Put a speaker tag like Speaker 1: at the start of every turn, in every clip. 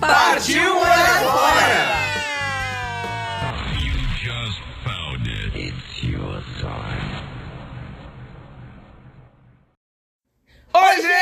Speaker 1: Partiu morar fora!
Speaker 2: You just found it. It's your time.
Speaker 1: Oi, gente!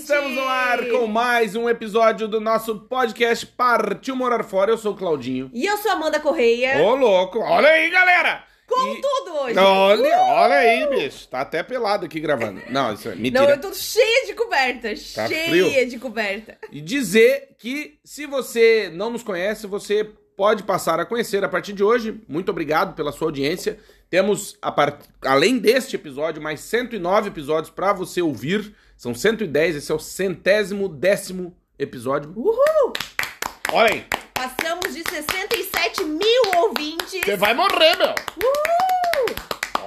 Speaker 1: Estamos no ar com mais um episódio do nosso podcast Partiu Morar Fora. Eu sou o Claudinho.
Speaker 3: E eu sou Amanda Correia.
Speaker 1: Ô, louco! Olha aí, galera!
Speaker 3: Com
Speaker 1: Oh, E-
Speaker 3: tudo hoje.
Speaker 1: Olha, olha aí, bicho. Tá até pelado aqui gravando. Não, isso é
Speaker 3: Não,
Speaker 1: mentira.
Speaker 3: eu tô cheia de coberta.
Speaker 1: Tá
Speaker 3: cheia
Speaker 1: frio.
Speaker 3: de coberta.
Speaker 1: E dizer que se você não nos conhece, você pode passar a conhecer a partir de hoje. Muito obrigado pela sua audiência. Temos, a par- além deste episódio, mais 109 episódios para você ouvir. São 110, esse é o centésimo décimo episódio.
Speaker 3: Uhul!
Speaker 1: Olha aí,
Speaker 3: Passamos de 67 mil ouvintes.
Speaker 1: você vai morrer, meu!
Speaker 3: Uhul!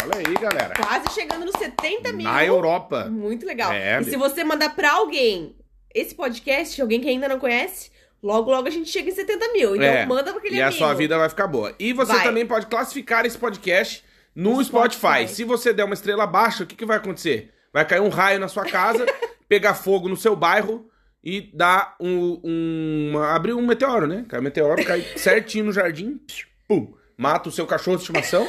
Speaker 1: Olha aí, galera.
Speaker 3: Quase chegando nos 70 mil.
Speaker 1: Na Europa.
Speaker 3: Muito legal.
Speaker 1: É,
Speaker 3: e se você mandar pra alguém esse podcast, alguém que ainda não conhece, logo, logo a gente chega em 70 mil. Então
Speaker 1: É.
Speaker 3: manda pra aquele
Speaker 1: E a
Speaker 3: amigo.
Speaker 1: sua vida vai ficar boa. E você
Speaker 3: Vai.
Speaker 1: também pode classificar esse podcast no,
Speaker 3: No
Speaker 1: Spotify.
Speaker 3: Spotify.
Speaker 1: Se você der uma estrela baixa, o que, que vai acontecer? Vai cair um raio na sua casa, pegar fogo no seu bairro e dar um. um uma- abrir um meteoro, né? Cai um meteoro, cai certinho no jardim, psh, pum, mata o seu cachorro de estimação.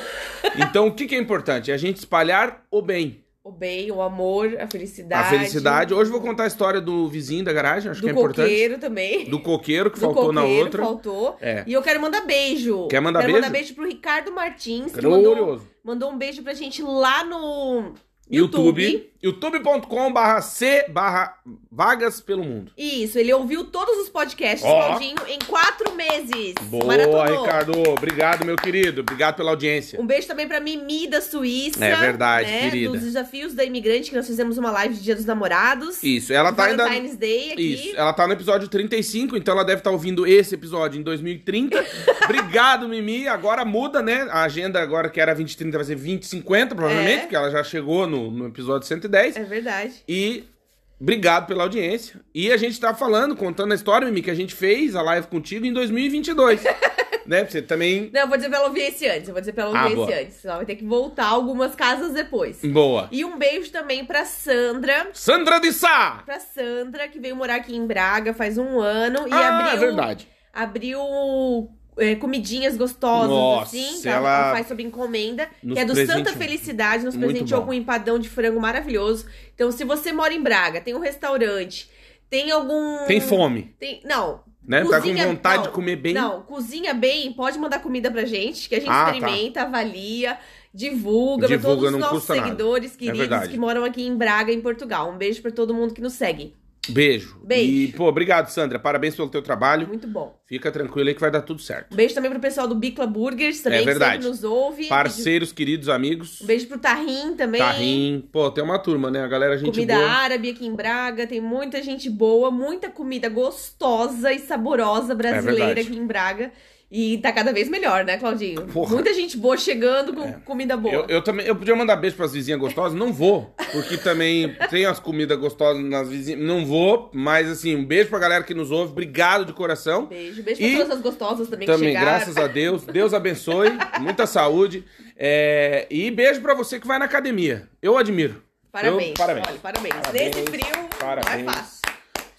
Speaker 1: Então, o que, que é importante? É a gente espalhar o bem,
Speaker 3: O bem, o amor, a felicidade.
Speaker 1: a felicidade. Hoje eu vou contar a história do vizinho da garagem, acho
Speaker 3: do
Speaker 1: que é importante.
Speaker 3: coqueiro também.
Speaker 1: Do coqueiro, que
Speaker 3: Do
Speaker 1: faltou na
Speaker 3: coqueiro,
Speaker 1: outra.
Speaker 3: Faltou.
Speaker 1: É.
Speaker 3: E eu quero mandar beijo.
Speaker 1: Quer mandar
Speaker 3: quero
Speaker 1: beijo?
Speaker 3: mandar beijo pro Ricardo Martins, que mandou,
Speaker 1: Glorioso.
Speaker 3: mandou um beijo pra gente lá no
Speaker 1: YouTube, youtube.com barra C barra vagas pelo mundo.
Speaker 3: Isso, ele ouviu todos os podcasts,
Speaker 1: Ó.
Speaker 3: Claudinho, em quatro meses.
Speaker 1: Boa,
Speaker 3: Maratonou.
Speaker 1: Ricardo. Obrigado, meu querido. Obrigado pela audiência.
Speaker 3: Um beijo também pra Mimi da Suíça.
Speaker 1: É verdade,
Speaker 3: né,
Speaker 1: querida.
Speaker 3: Dos desafios da imigrante, que nós fizemos uma live de Dia dos Namorados.
Speaker 1: Isso, ela tá ainda...
Speaker 3: Valentine's Day aqui.
Speaker 1: Isso, ela tá no episódio 35, então ela deve estar ouvindo esse episódio em 2030. Obrigado, Mimi. Agora muda, né? A agenda agora que era 2030 vai ser 2050, provavelmente,
Speaker 3: É.
Speaker 1: porque ela já chegou no, no episódio 110.
Speaker 3: É verdade.
Speaker 1: E obrigado pela audiência. E a gente tá falando, contando a história, Mimi, que a gente fez a live contigo em 2022. né? Pra Você também.
Speaker 3: Não, eu vou dizer pra ela ouvir esse antes. Eu vou dizer pra ela
Speaker 1: Ah,
Speaker 3: ouvir esse
Speaker 1: boa.
Speaker 3: antes. Senão vai ter que voltar algumas casas depois.
Speaker 1: Boa.
Speaker 3: E um beijo também pra Sandra.
Speaker 1: Sandra de Sá!
Speaker 3: Pra Sandra, que veio morar aqui em Braga faz um ano. E
Speaker 1: ah, é
Speaker 3: abriu.
Speaker 1: verdade.
Speaker 3: Abriu. é, comidinhas gostosas,
Speaker 1: Nossa,
Speaker 3: assim, que
Speaker 1: ela-
Speaker 3: faz sob encomenda.
Speaker 1: Nos
Speaker 3: que é do Santa
Speaker 1: presenteou.
Speaker 3: Felicidade, nos
Speaker 1: Muito
Speaker 3: presenteou
Speaker 1: bom.
Speaker 3: com um empadão de frango maravilhoso. Então, se você mora em Braga, tem um restaurante, tem algum.
Speaker 1: Tem fome,
Speaker 3: Tem- Não,
Speaker 1: né? tá
Speaker 3: Cozinha-
Speaker 1: com vontade
Speaker 3: não,
Speaker 1: de comer bem.
Speaker 3: não, cozinha bem, pode mandar comida pra gente, que a gente
Speaker 1: Ah, tá.
Speaker 3: experimenta, avalia, divulga, pra
Speaker 1: Divulga,
Speaker 3: todos os
Speaker 1: não
Speaker 3: nossos
Speaker 1: custa nada. É
Speaker 3: seguidores queridos
Speaker 1: verdade.
Speaker 3: que moram aqui em Braga, em Portugal. Um beijo pra todo mundo que nos segue.
Speaker 1: Beijo.
Speaker 3: Beijo.
Speaker 1: E, pô, obrigado, Sandra. Parabéns pelo teu trabalho.
Speaker 3: Muito bom.
Speaker 1: Fica tranquilo aí que vai dar tudo certo.
Speaker 3: Um beijo também pro pessoal do Bicla Burgers, também,
Speaker 1: É verdade.
Speaker 3: que sempre nos ouve.
Speaker 1: Parceiros, queridos amigos.
Speaker 3: Um beijo pro Tarrim também.
Speaker 1: Tarrim. Pô, tem uma turma, né? A galera, gente
Speaker 3: Comida
Speaker 1: boa.
Speaker 3: árabe aqui em Braga, tem muita gente boa, muita comida gostosa e saborosa brasileira
Speaker 1: É verdade.
Speaker 3: aqui em Braga. E tá cada vez melhor, né, Claudinho?
Speaker 1: Porra. É.
Speaker 3: Muita gente boa chegando com comida boa.
Speaker 1: Eu, eu também, eu podia mandar beijo pras vizinhas gostosas, não vou, porque também tem as comidas gostosas nas vizinhas, não vou, mas assim, um beijo pra galera que nos ouve, obrigado de coração.
Speaker 3: Beijo, beijo pra
Speaker 1: E
Speaker 3: todas as gostosas também, que
Speaker 1: Também,
Speaker 3: chegaram.
Speaker 1: graças a Deus, Deus abençoe, muita saúde, é, e beijo pra você que vai na academia, eu admiro.
Speaker 3: Parabéns,
Speaker 1: Eu- parabéns.
Speaker 3: olha, parabéns.
Speaker 1: Parabéns,
Speaker 3: Nesse frio,
Speaker 1: parabéns.
Speaker 3: não é fácil.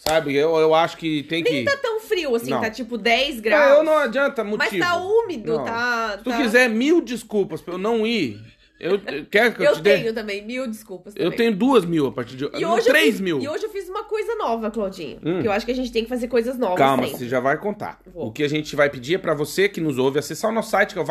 Speaker 1: Sabe, eu, eu acho que tem que...
Speaker 3: Nem tá tão frio assim,
Speaker 1: Não.
Speaker 3: tá tipo 10
Speaker 1: Não,
Speaker 3: graus.
Speaker 1: eu não adianta motivo.
Speaker 3: Mas tá úmido,
Speaker 1: Não.
Speaker 3: tá...
Speaker 1: Se tu
Speaker 3: tá-
Speaker 1: quiser mil desculpas pra eu não ir, eu, eu- quer que eu,
Speaker 3: Eu,
Speaker 1: te dê?
Speaker 3: tenho também, mil desculpas
Speaker 1: Eu
Speaker 3: também.
Speaker 1: tenho duas mil a partir de...
Speaker 3: E
Speaker 1: não,
Speaker 3: hoje eu
Speaker 1: três
Speaker 3: fiz-
Speaker 1: mil.
Speaker 3: E hoje eu fiz uma coisa nova, Claudinho.
Speaker 1: Hum.
Speaker 3: Que eu acho que a gente tem que fazer coisas novas
Speaker 1: Calma,
Speaker 3: sempre.
Speaker 1: você já vai contar.
Speaker 3: Vou.
Speaker 1: O que a gente vai pedir é pra você que nos ouve acessar o nosso site, que é o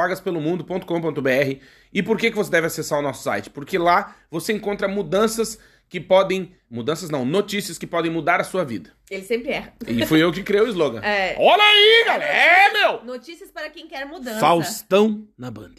Speaker 1: vagaspelomundo.com.br. E por que, que você deve acessar o nosso site? Porque lá você encontra mudanças que podem. Mudanças não, notícias que podem mudar a sua vida.
Speaker 3: Ele sempre erra.
Speaker 1: E fui eu que criei o slogan.
Speaker 3: É.
Speaker 1: Olha aí, galera! É, meu!
Speaker 3: Notícias para quem quer mudança.
Speaker 1: Faustão na Band.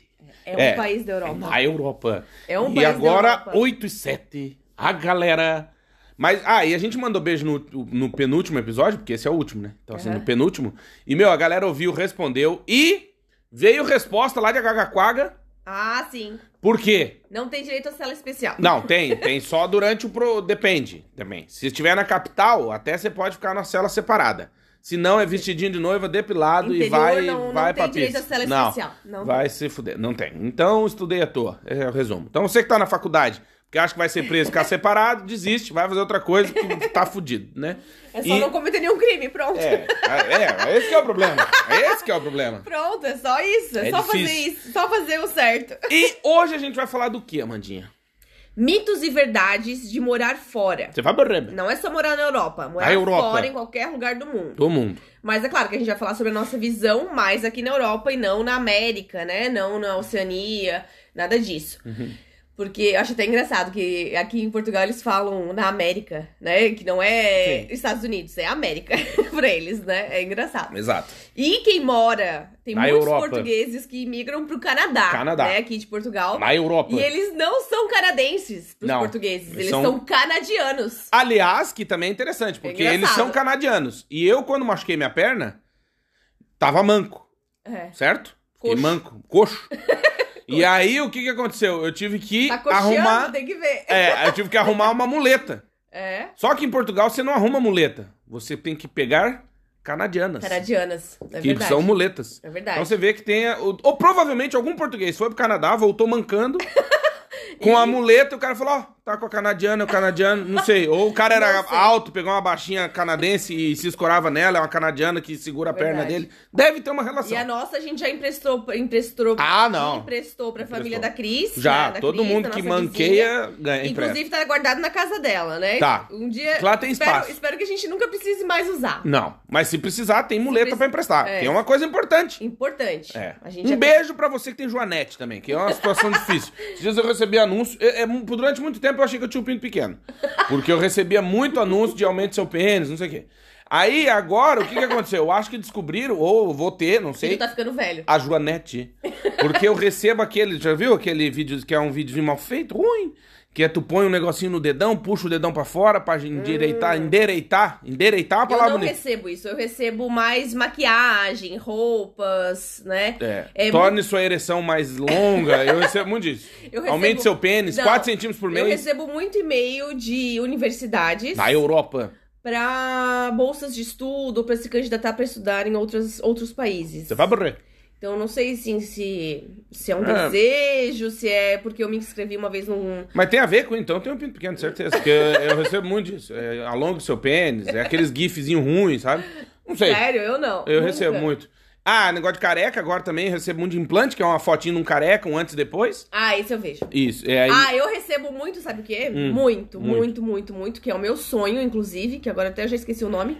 Speaker 3: É um
Speaker 1: É.
Speaker 3: país da Europa.
Speaker 1: Na Europa.
Speaker 3: É um
Speaker 1: e
Speaker 3: país da
Speaker 1: agora,
Speaker 3: Europa.
Speaker 1: 8 e 7, a galera Mas, ah, e a gente mandou beijo no, no penúltimo episódio, porque esse é o último, né? Então, assim,
Speaker 3: Aham.
Speaker 1: no penúltimo. E, meu, a galera ouviu, respondeu e veio resposta lá de Agagaquaga.
Speaker 3: Ah, sim.
Speaker 1: Por quê?
Speaker 3: Não tem direito à cela especial.
Speaker 1: Não, tem, tem só durante o pro... depende também. Se estiver na capital, até você pode ficar na cela separada. Se não é vestidinho de noiva, depilado e
Speaker 3: Interior
Speaker 1: vai
Speaker 3: não- não
Speaker 1: vai
Speaker 3: tem
Speaker 1: pra
Speaker 3: direito
Speaker 1: pista.
Speaker 3: à cela
Speaker 1: não,
Speaker 3: especial. Não
Speaker 1: vai se fuder, não tem. Então estudei à toa, é o resumo. Então você que tá na faculdade, que acha que vai ser preso, ficar separado, desiste, vai fazer outra coisa que tá fudido, né?
Speaker 3: É só
Speaker 1: E-
Speaker 3: não cometer nenhum crime, pronto.
Speaker 1: é, é, esse que é o problema. É esse que é o problema.
Speaker 3: Pronto, é só isso. É,
Speaker 1: É
Speaker 3: só
Speaker 1: difícil.
Speaker 3: fazer isso. Só fazer o certo.
Speaker 1: E hoje a gente vai falar do que, Amandinha?
Speaker 3: Mitos e verdades de morar fora.
Speaker 1: Você vai barrer
Speaker 3: Não é só morar na Europa, morar
Speaker 1: Na Europa.
Speaker 3: fora em qualquer lugar do mundo.
Speaker 1: todo mundo.
Speaker 3: Mas é claro que a gente vai falar sobre a nossa visão mais aqui na Europa e não na América, né? Não na Oceania, nada disso.
Speaker 1: Uhum.
Speaker 3: Porque eu acho até engraçado que aqui em Portugal eles falam na América, né? Que não é
Speaker 1: Sim.
Speaker 3: Estados Unidos, é América pra eles, né? É engraçado.
Speaker 1: Exato.
Speaker 3: E quem mora, tem
Speaker 1: Na
Speaker 3: muitos
Speaker 1: Europa.
Speaker 3: portugueses que migram pro Canadá,
Speaker 1: Canadá.
Speaker 3: né? Aqui de Portugal.
Speaker 1: Na Europa.
Speaker 3: E eles não são canadenses, os
Speaker 1: Não.
Speaker 3: portugueses. Eles
Speaker 1: Eles são-
Speaker 3: são canadianos.
Speaker 1: Aliás, que também é interessante, porque
Speaker 3: engraçado.
Speaker 1: eles são canadianos. E eu, quando machuquei minha perna, tava manco,
Speaker 3: É.
Speaker 1: certo? Fiquei
Speaker 3: Coxo.
Speaker 1: manco, coxo. e aí, o que que aconteceu? Eu tive que
Speaker 3: Tá coxeando,
Speaker 1: arrumar...
Speaker 3: tem que ver.
Speaker 1: É, eu tive que arrumar uma muleta.
Speaker 3: É.
Speaker 1: Só que em Portugal você não arruma muleta. Você tem que pegar canadianas.
Speaker 3: Canadianas. É
Speaker 1: que
Speaker 3: verdade.
Speaker 1: são muletas.
Speaker 3: É verdade.
Speaker 1: Então você vê que tem. Ou, ou provavelmente algum português foi pro Canadá, voltou mancando. Com a muleta, o cara falou, ó, tá com a canadiana, o canadiano, não sei. Ou o cara era
Speaker 3: Não sei.
Speaker 1: alto, pegou uma baixinha canadense e se escorava nela, é uma canadiana que segura a perna
Speaker 3: Verdade.
Speaker 1: dele. Deve ter uma
Speaker 3: E
Speaker 1: relação.
Speaker 3: a nossa a gente já emprestou. emprestou
Speaker 1: Ah, não.
Speaker 3: Emprestou pra
Speaker 1: Emprestou.
Speaker 3: família da Cris.
Speaker 1: Já,
Speaker 3: né, da
Speaker 1: todo
Speaker 3: Cris,
Speaker 1: mundo
Speaker 3: da
Speaker 1: que
Speaker 3: nossa
Speaker 1: manqueia
Speaker 3: vizinha.
Speaker 1: ganha empréstimo.
Speaker 3: Inclusive tá guardado na casa dela, né?
Speaker 1: Tá.
Speaker 3: Um dia.
Speaker 1: Lá tem
Speaker 3: espero,
Speaker 1: espaço.
Speaker 3: Espero que a gente nunca precise mais usar.
Speaker 1: Não, mas se precisar, tem muleta
Speaker 3: preci-
Speaker 1: pra emprestar.
Speaker 3: É.
Speaker 1: Tem uma coisa importante.
Speaker 3: Importante.
Speaker 1: É.
Speaker 3: A gente
Speaker 1: Um
Speaker 3: já-
Speaker 1: beijo pra você que tem Joanete também, que é uma situação difícil. Esses dias eu recebi anúncio. é- é, durante muito tempo eu achei que eu tinha um pinto pequeno. Porque eu recebia muito anúncio de aumento seu pênis, não sei o quê. Aí, agora, o que, que aconteceu? Eu acho que descobriram, ou vou ter, não
Speaker 3: Ele
Speaker 1: sei,
Speaker 3: tá ficando velho.
Speaker 1: a Joanete. Porque eu recebo aquele, já viu aquele vídeo que é um vídeo mal feito, ruim? Que é tu põe um negocinho no dedão, puxa o dedão pra fora pra endireitar, endereitar. Endereitar é
Speaker 3: Hum.
Speaker 1: uma
Speaker 3: Eu
Speaker 1: palavra
Speaker 3: não
Speaker 1: bonita.
Speaker 3: recebo isso, eu recebo mais maquiagem, roupas, né?
Speaker 1: É.
Speaker 3: É
Speaker 1: Torne sua ereção mais longa. Eu recebo muito disso.
Speaker 3: Eu recebo-
Speaker 1: Aumente seu pênis,
Speaker 3: Não.
Speaker 1: 4 centímetros por
Speaker 3: Eu
Speaker 1: mês.
Speaker 3: recebo muito e-mail de universidades.
Speaker 1: Na Europa.
Speaker 3: pra bolsas de estudo, pra se candidatar pra estudar em outras, outros países.
Speaker 1: Você vai morrer.
Speaker 3: Então, eu não sei assim, se, se é um
Speaker 1: É.
Speaker 3: desejo, se é porque eu me inscrevi uma vez num.
Speaker 1: Mas tem a ver com então, tem um pinto pequeno, certeza. Porque eu recebo muito disso. É, alonga o seu pênis, é aqueles gifzinhos ruins, sabe? Não sei.
Speaker 3: Sério, eu não.
Speaker 1: eu
Speaker 3: Nunca.
Speaker 1: recebo muito. Ah, negócio de careca agora também, eu recebo muito de implante, que é uma fotinha de um careca, um antes e depois.
Speaker 3: Ah, esse eu vejo.
Speaker 1: Isso, é aí. Hum,
Speaker 3: Ah, eu recebo muito, sabe o quê? muito, muito, muito, muito, que é o meu sonho, inclusive, que agora até eu já esqueci o nome,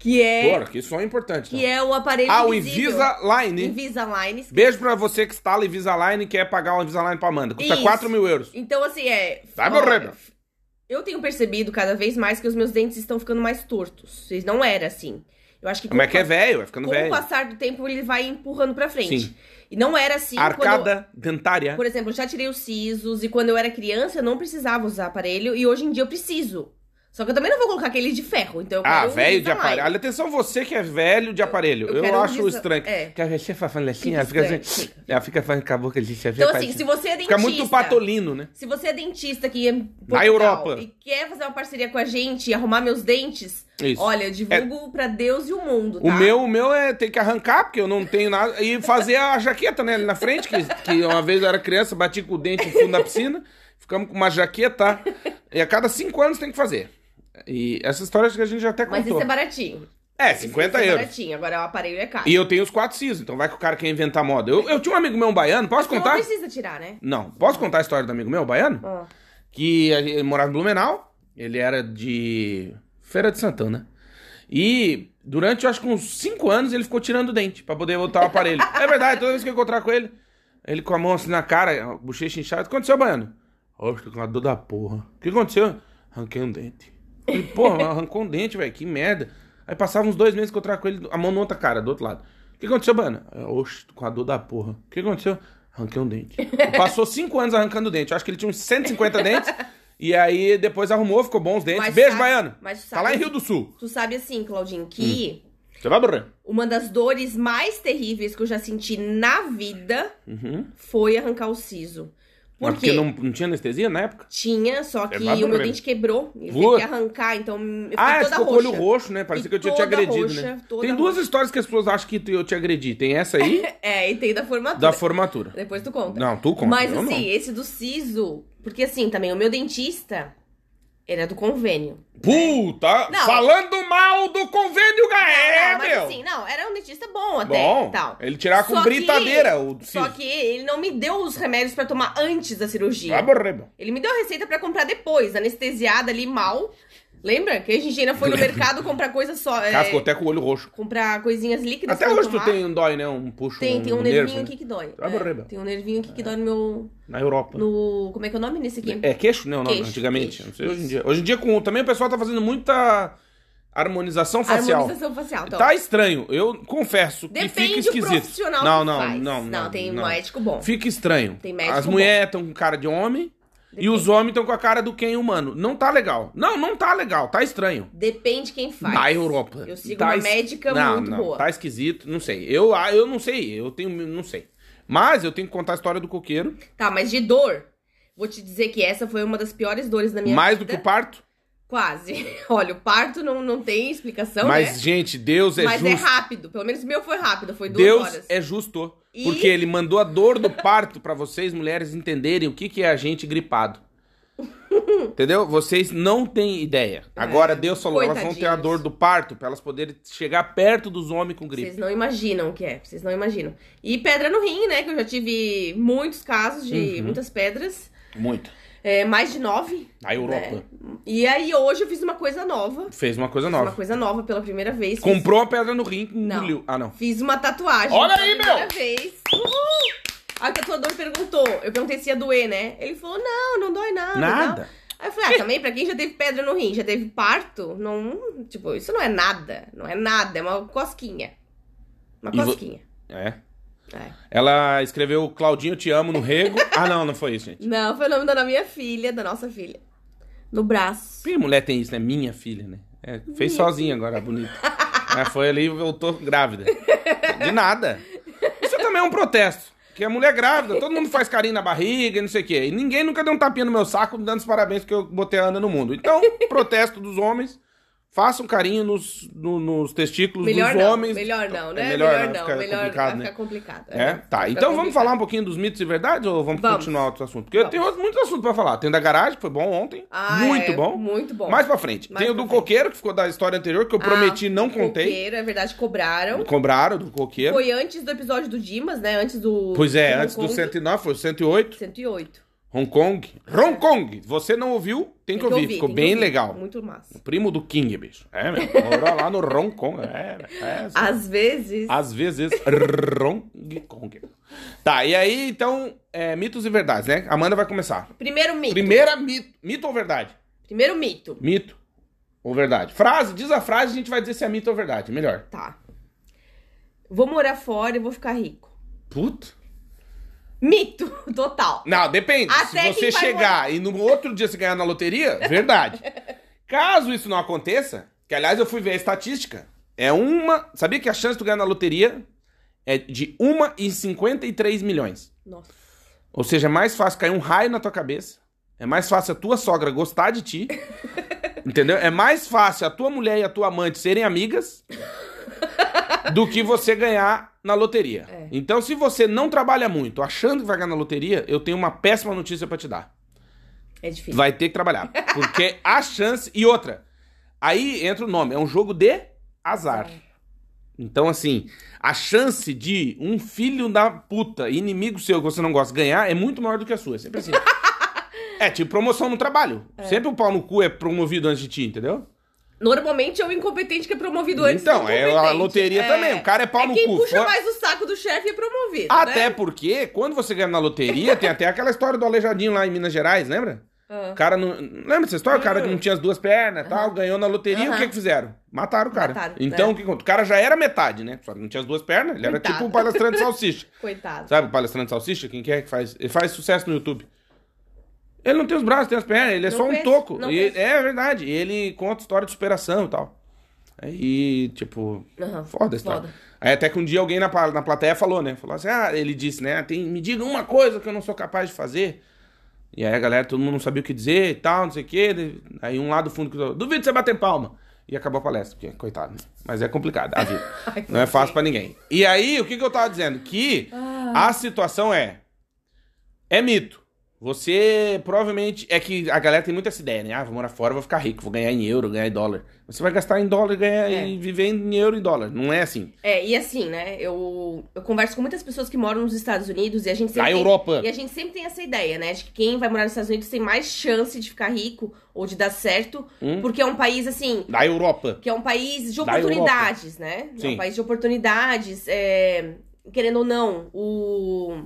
Speaker 3: que é
Speaker 1: Porra, que sonho importante.
Speaker 3: que
Speaker 1: então.
Speaker 3: é o aparelho
Speaker 1: ah, o
Speaker 3: invisível.
Speaker 1: Invisalign.
Speaker 3: Invisalign.
Speaker 1: Beijo pra você que instala Invisalign e quer pagar o Invisalign pra Amanda. Custa
Speaker 3: Isso.
Speaker 1: 4 mil euros.
Speaker 3: Então, assim, é.
Speaker 1: Vai,
Speaker 3: ó,
Speaker 1: meu rei.
Speaker 3: Eu tenho percebido cada vez mais que os meus dentes estão ficando mais tortos. Eles não era assim. Eu acho que. com
Speaker 1: Mas é que é
Speaker 3: o pa-
Speaker 1: velho, vai ficando
Speaker 3: Com o
Speaker 1: velho.
Speaker 3: passar do tempo, ele vai empurrando pra frente.
Speaker 1: Sim.
Speaker 3: E não era assim. quando
Speaker 1: Arcada né? dentária.
Speaker 3: eu- por exemplo, eu já tirei os sisos e quando eu era criança eu não precisava usar aparelho e hoje em dia eu preciso. Só que eu também não vou colocar aquele de ferro, então eu
Speaker 1: Ah,
Speaker 3: quero um
Speaker 1: velho de
Speaker 3: Invisalign.
Speaker 1: aparelho. Olha, atenção, você que é velho de aparelho.
Speaker 3: eu
Speaker 1: Eu,
Speaker 3: quero um
Speaker 1: acho
Speaker 3: visa-
Speaker 1: estranho.
Speaker 3: é.
Speaker 1: Que a gente fica falando assim,
Speaker 3: Fica
Speaker 1: ela fica
Speaker 3: estranho,
Speaker 1: assim.
Speaker 3: fica.
Speaker 1: Ela fica falando com a boca, a gente
Speaker 3: Então assim, se você é dentista,
Speaker 1: Fica muito patolino, né?
Speaker 3: se você é dentista aqui em
Speaker 1: Na
Speaker 3: Portugal
Speaker 1: Europa.
Speaker 3: e quer fazer uma parceria com a gente e arrumar meus dentes,
Speaker 1: Isso. É.
Speaker 3: olha, eu divulgo pra Deus e o mundo, tá?
Speaker 1: O meu, o meu é ter que arrancar, porque eu não tenho nada. E fazer a jaqueta, né? Ali na frente, que, que uma vez eu era criança, bati com o dente no fundo da piscina, ficamos com uma jaqueta. E a cada cinco anos tem que fazer. E essa história acho que a gente já até
Speaker 3: Mas
Speaker 1: contou.
Speaker 3: isso é baratinho.
Speaker 1: é,
Speaker 3: Isso-
Speaker 1: 50
Speaker 3: isso é
Speaker 1: euros.
Speaker 3: baratinho, agora o aparelho é caro.
Speaker 1: E eu tenho os quatro sisos, então vai que o cara quer inventar moda. Eu, eu tinha um amigo meu, um baiano, posso
Speaker 3: Você não
Speaker 1: contar?
Speaker 3: precisa tirar, né?
Speaker 1: Não, posso contar a história do amigo meu, baiano?
Speaker 3: Ó.
Speaker 1: que a- ele morava em Blumenau, ele era de Feira de Santana. né? E durante, eu acho que uns 5 anos, ele ficou tirando o dente pra poder botar o aparelho. é verdade, toda vez que eu encontrar com ele, ele com a mão assim na cara, a bochecha inchada. O que aconteceu, Baiano? Ó, estou com uma dor da porra. O que aconteceu? Arranquei um dente. Ele, porra, arrancou um dente, velho, que merda. Aí passava uns dois meses que eu encontrava com ele, a mão na outra cara, do outro lado. O que aconteceu, Baiano? Oxe, tô com a dor da porra. O que aconteceu? Arranquei um dente. Ele Passou cinco anos arrancando dente. Eu acho que ele tinha uns 150 dentes. E aí depois arrumou, ficou bons dentes.
Speaker 3: Mas
Speaker 1: Beijo,
Speaker 3: sabe-
Speaker 1: Baiano.
Speaker 3: mas
Speaker 1: Tá
Speaker 3: sabe-
Speaker 1: lá em Rio do Sul. Hum.
Speaker 3: Tu sabe assim, Claudinho, que
Speaker 1: Você vai morrer.
Speaker 3: uma das dores mais terríveis que eu já senti na vida
Speaker 1: Uhum.
Speaker 3: foi arrancar o siso.
Speaker 1: Mas
Speaker 3: Por quê?
Speaker 1: porque não, É não tinha anestesia na época?
Speaker 3: Tinha, só que
Speaker 1: vai
Speaker 3: o meu
Speaker 1: doer.
Speaker 3: dente quebrou. E eu tive
Speaker 1: Puta.
Speaker 3: que arrancar, então eu fiquei
Speaker 1: Ah, é,
Speaker 3: toda
Speaker 1: ficou com o
Speaker 3: roxa.
Speaker 1: olho roxo, né? Parecia
Speaker 3: E
Speaker 1: que eu tinha te
Speaker 3: toda
Speaker 1: agredido,
Speaker 3: roxa,
Speaker 1: né?
Speaker 3: toda
Speaker 1: Tem duas
Speaker 3: roxa.
Speaker 1: histórias que as pessoas acham que eu te agredi. Tem essa aí,
Speaker 3: É, e tem da formatura.
Speaker 1: da formatura.
Speaker 3: Depois tu conta.
Speaker 1: Não, tu conta.
Speaker 3: Mas
Speaker 1: eu
Speaker 3: assim,
Speaker 1: não.
Speaker 3: esse do siso, porque assim, também o meu dentista era do convênio.
Speaker 1: Puta!
Speaker 3: É. Não.
Speaker 1: Falando mal do convênio Gaé,
Speaker 3: não, mas
Speaker 1: É, meu!
Speaker 3: assim, não, era um dentista bom até
Speaker 1: Bom,
Speaker 3: e tal.
Speaker 1: ele tirava com
Speaker 3: Só que-
Speaker 1: britadeira o
Speaker 3: Só
Speaker 1: siso.
Speaker 3: que ele não me deu os remédios pra tomar antes da cirurgia.
Speaker 1: Vai morrer, meu.
Speaker 3: Ele me deu a receita pra comprar depois, anestesiada ali mal. Lembra que a gente ainda foi no mercado comprar coisas só. é,
Speaker 1: Cara, ficou até com o olho roxo.
Speaker 3: comprar coisinhas líquidas.
Speaker 1: Até
Speaker 3: pra
Speaker 1: hoje tu
Speaker 3: tomar.
Speaker 1: tem um dói, né? Um puxo,
Speaker 3: Tem, tem um,
Speaker 1: nervo,
Speaker 3: nervinho
Speaker 1: né?
Speaker 3: aqui que dói.
Speaker 1: Tá bom, Reba.
Speaker 3: tem um nervinho aqui que dói no meu.
Speaker 1: Na Europa.
Speaker 3: No. Como é que é o nome nesse aqui?
Speaker 1: É queixo, né? o nome,
Speaker 3: Queixo,
Speaker 1: antigamente.
Speaker 3: queixo.
Speaker 1: Não sei hoje em dia. Hoje em dia com, também o pessoal tá fazendo muita harmonização facial.
Speaker 3: Harmonização facial. Então,
Speaker 1: Tá estranho. Eu confesso que fica
Speaker 3: Depende do
Speaker 1: esquisito.
Speaker 3: profissional
Speaker 1: não,
Speaker 3: que
Speaker 1: não,
Speaker 3: faz.
Speaker 1: não, não.
Speaker 3: tem um
Speaker 1: não.
Speaker 3: médico bom.
Speaker 1: Fica estranho.
Speaker 3: Tem médico
Speaker 1: As mulheres estão com cara de homem e
Speaker 3: Depende.
Speaker 1: os homens estão com a cara do quem humano. Não tá legal. Não, não tá legal. Tá estranho.
Speaker 3: Depende quem faz.
Speaker 1: Na Europa.
Speaker 3: Eu sigo
Speaker 1: Tá
Speaker 3: uma
Speaker 1: es-
Speaker 3: médica
Speaker 1: não,
Speaker 3: muito
Speaker 1: não,
Speaker 3: boa.
Speaker 1: Tá esquisito, não sei. Eu, ah, eu não sei, eu tenho, não sei. Mas eu tenho que contar a história do coqueiro,
Speaker 3: Tá, mas de dor. Vou te dizer que essa foi uma das piores dores da minha
Speaker 1: mais do
Speaker 3: vida.
Speaker 1: que o parto.
Speaker 3: Quase. Olha, o parto não, não tem explicação,
Speaker 1: Mas,
Speaker 3: né?
Speaker 1: gente, Deus é
Speaker 3: Mas é
Speaker 1: justo.
Speaker 3: rápido. Pelo menos o meu foi rápido. Foi duas
Speaker 1: Deus
Speaker 3: horas.
Speaker 1: é justo.
Speaker 3: E-
Speaker 1: Porque ele mandou a dor do parto pra vocês, mulheres, entenderem o que, que é a gente gripado. Entendeu? Vocês não têm ideia. Agora Deus falou, elas vão ter a
Speaker 3: Coitadinhas.
Speaker 1: dor do parto pra elas poderem chegar perto dos homens com gripe.
Speaker 3: Vocês não imaginam o que é, vocês não imaginam. E pedra no rim, né? Que eu já tive muitos casos
Speaker 1: Uhum.
Speaker 3: de muitas pedras.
Speaker 1: Muito.
Speaker 3: É, mais de nove.
Speaker 1: Na Europa.
Speaker 3: né? E aí hoje eu fiz uma coisa nova.
Speaker 1: Fez uma coisa
Speaker 3: Fiz
Speaker 1: nova.
Speaker 3: Uma coisa nova pela primeira vez. Fiz-
Speaker 1: Comprou a pedra no rim e
Speaker 3: Não.
Speaker 1: engoliu. Ah, não.
Speaker 3: Fiz uma tatuagem.
Speaker 1: Olha aí,
Speaker 3: pela
Speaker 1: meu!
Speaker 3: primeira vez. Uhul! Aí o tatuador perguntou. Eu perguntei se ia doer, né? Ele falou, não, não dói nada. e
Speaker 1: Nada.
Speaker 3: tal. Aí eu falei, ah, também pra quem já teve pedra no rim, já teve parto, não. Tipo, isso não é nada. Não é nada, é uma cosquinha. Uma
Speaker 1: E vo-
Speaker 3: cosquinha.
Speaker 1: É.
Speaker 3: É.
Speaker 1: Ela escreveu Claudinho Te Amo no rego. ah, não, não foi isso, gente.
Speaker 3: Não, foi o nome da minha filha, da nossa filha. No braço.
Speaker 1: Por que mulher tem isso, né? Minha filha, né? É, fez sozinha agora, bonita. É, foi ali e voltou grávida. De nada. Isso também é um protesto. Que a mulher é grávida, todo mundo faz carinho na barriga e não sei o quê. E ninguém nunca deu um tapinha no meu saco me dando os parabéns porque eu botei a Ana no mundo. Então, protesto dos homens. Façam carinho nos, no- nos testículos
Speaker 3: Melhor
Speaker 1: Tipo, dos
Speaker 3: não,
Speaker 1: homens.
Speaker 3: melhor não,
Speaker 1: É
Speaker 3: né?
Speaker 1: melhor,
Speaker 3: melhor
Speaker 1: não,
Speaker 3: não,
Speaker 1: fica
Speaker 3: melhor
Speaker 1: complicado,
Speaker 3: vai
Speaker 1: né?
Speaker 3: ficar complicado.
Speaker 1: É, tá.
Speaker 3: Fica
Speaker 1: Então vamos
Speaker 3: complicado.
Speaker 1: falar um pouquinho dos mitos e verdades ou vamos,
Speaker 3: Vamos.
Speaker 1: continuar outro assunto? Porque eu
Speaker 3: Vamos.
Speaker 1: tenho outros- muitos assuntos pra falar. Tem da garagem, que foi bom ontem.
Speaker 3: Ah,
Speaker 1: muito
Speaker 3: é,
Speaker 1: bom.
Speaker 3: Muito bom.
Speaker 1: Mais pra frente.
Speaker 3: Mais
Speaker 1: tem o
Speaker 3: pra
Speaker 1: do
Speaker 3: frente.
Speaker 1: coqueiro, que ficou da história anterior, que eu
Speaker 3: Ah,
Speaker 1: prometi e não contei.
Speaker 3: coqueiro, é verdade, cobraram.
Speaker 1: Cobraram do coqueiro.
Speaker 3: Foi antes do episódio do Dimas, né? Antes do.
Speaker 1: Pois é,
Speaker 3: Hong
Speaker 1: antes do
Speaker 3: Kong.
Speaker 1: 109, foi o 108.
Speaker 3: 108.
Speaker 1: Hong Kong. Hong Kong! Você não ouviu,
Speaker 3: Tem
Speaker 1: tem, que ouvir. Ficou
Speaker 3: tem que
Speaker 1: bem
Speaker 3: ouvir.
Speaker 1: legal.
Speaker 3: Muito massa.
Speaker 1: Primo do King, bicho. É, meu. Morou lá no Hong Kong. É, é.
Speaker 3: Às vezes.
Speaker 1: Às vezes, Hong Kong. Tá, e aí, então, é, mitos e verdades, né? Amanda vai começar.
Speaker 3: Primeiro mito.
Speaker 1: Primeira mito. Mito ou verdade?
Speaker 3: Primeiro mito.
Speaker 1: Mito ou verdade? Frase, diz a frase, a gente vai dizer se é mito ou verdade. Melhor.
Speaker 3: Tá. Vou morar fora e vou ficar rico.
Speaker 1: Puta.
Speaker 3: Mito total.
Speaker 1: Não, depende.
Speaker 3: Até
Speaker 1: se você
Speaker 3: quem vai
Speaker 1: chegar e no outro dia você ganhar na loteria, verdade. Caso isso não aconteça, que aliás eu fui ver a estatística, é uma. Sabia que a chance de tu ganhar na loteria é de 1 em 53 milhões.
Speaker 3: Nossa.
Speaker 1: Ou seja, é mais fácil cair um raio na tua cabeça. É mais fácil a tua sogra gostar de ti. entendeu? É mais fácil a tua mulher e a tua amante serem amigas do que você ganhar na loteria.
Speaker 3: É.
Speaker 1: Então, se você não trabalha muito achando que vai ganhar na loteria, eu tenho uma péssima notícia pra te dar.
Speaker 3: É difícil.
Speaker 1: Vai ter que trabalhar. Porque a chance. E outra. Aí entra o nome. É um jogo de azar. Então, assim, a chance de um filho da puta, inimigo seu que você não gosta, ganhar é muito maior do que a sua. É sempre assim. é tipo promoção no trabalho. Sempre o pau no cu é promovido antes de ti, entendeu?
Speaker 3: Normalmente é o incompetente que é promovido antes do
Speaker 1: Então, é a
Speaker 3: competente.
Speaker 1: loteria
Speaker 3: É.
Speaker 1: também. O cara é pau
Speaker 3: É
Speaker 1: no
Speaker 3: quem
Speaker 1: cu.
Speaker 3: puxa
Speaker 1: Foi-
Speaker 3: mais o saco do chefe é promovido.
Speaker 1: Até
Speaker 3: Né?
Speaker 1: porque, quando você ganha na loteria, tem até aquela história do Aleijadinho lá em Minas Gerais, lembra?
Speaker 3: Ah.
Speaker 1: O cara não. Lembra dessa história? O cara que não tinha as duas pernas e tal, ganhou na loteria, o
Speaker 3: Aham.
Speaker 1: que que fizeram? Mataram o cara.
Speaker 3: Mataram,
Speaker 1: então,
Speaker 3: é.
Speaker 1: o que aconteceu? O cara já era metade, né? Só que não tinha as duas pernas, ele era
Speaker 3: Coitado.
Speaker 1: tipo o palestrante de salsicha.
Speaker 3: Coitado.
Speaker 1: Sabe o palestrante de salsicha? Quem que é que faz? Ele faz sucesso no YouTube. Ele não tem os braços, tem as pernas, ele é
Speaker 3: Não
Speaker 1: só um
Speaker 3: penso,
Speaker 1: toco.
Speaker 3: não
Speaker 1: E ele-
Speaker 3: penso.
Speaker 1: é verdade. E ele conta história de superação e tal. Aí, tipo,
Speaker 3: Aham,
Speaker 1: foda a história.
Speaker 3: foda.
Speaker 1: Aí até que um dia alguém na, pa- na plateia falou, né? Falou assim, ah, ele disse, né? Tem, me diga uma coisa que eu não sou capaz de fazer. E aí a galera, todo mundo não sabia o que dizer e tal, não sei o quê. Aí um lá do fundo que falou, duvido você bater palma. E acabou a palestra, porque, coitado, né? Mas é complicado, a vida.
Speaker 3: Ai,
Speaker 1: não é
Speaker 3: coitado.
Speaker 1: fácil pra ninguém. E aí, o que, que eu tava dizendo? Que
Speaker 3: Ah.
Speaker 1: a situação é. É mito. Você provavelmente. É que a galera tem muita essa ideia, né? Ah, vou morar fora, vou ficar rico, vou ganhar em euro, ganhar em dólar. Você vai gastar em dólar e ganhar
Speaker 3: É.
Speaker 1: e viver em euro e dólar. Não é assim.
Speaker 3: É, e assim, né? Eu, eu converso com muitas pessoas que moram nos Estados Unidos e a gente sempre.
Speaker 1: Na
Speaker 3: tem-
Speaker 1: Europa.
Speaker 3: E a gente sempre tem essa ideia, né? De que quem vai morar nos Estados Unidos tem mais chance de ficar rico ou de dar certo,
Speaker 1: Hum.
Speaker 3: porque é um país, assim,
Speaker 1: Na Europa.
Speaker 3: que é um país de
Speaker 1: Da
Speaker 3: oportunidades, né? É
Speaker 1: Sim.
Speaker 3: um país de oportunidades. é, querendo ou não, o,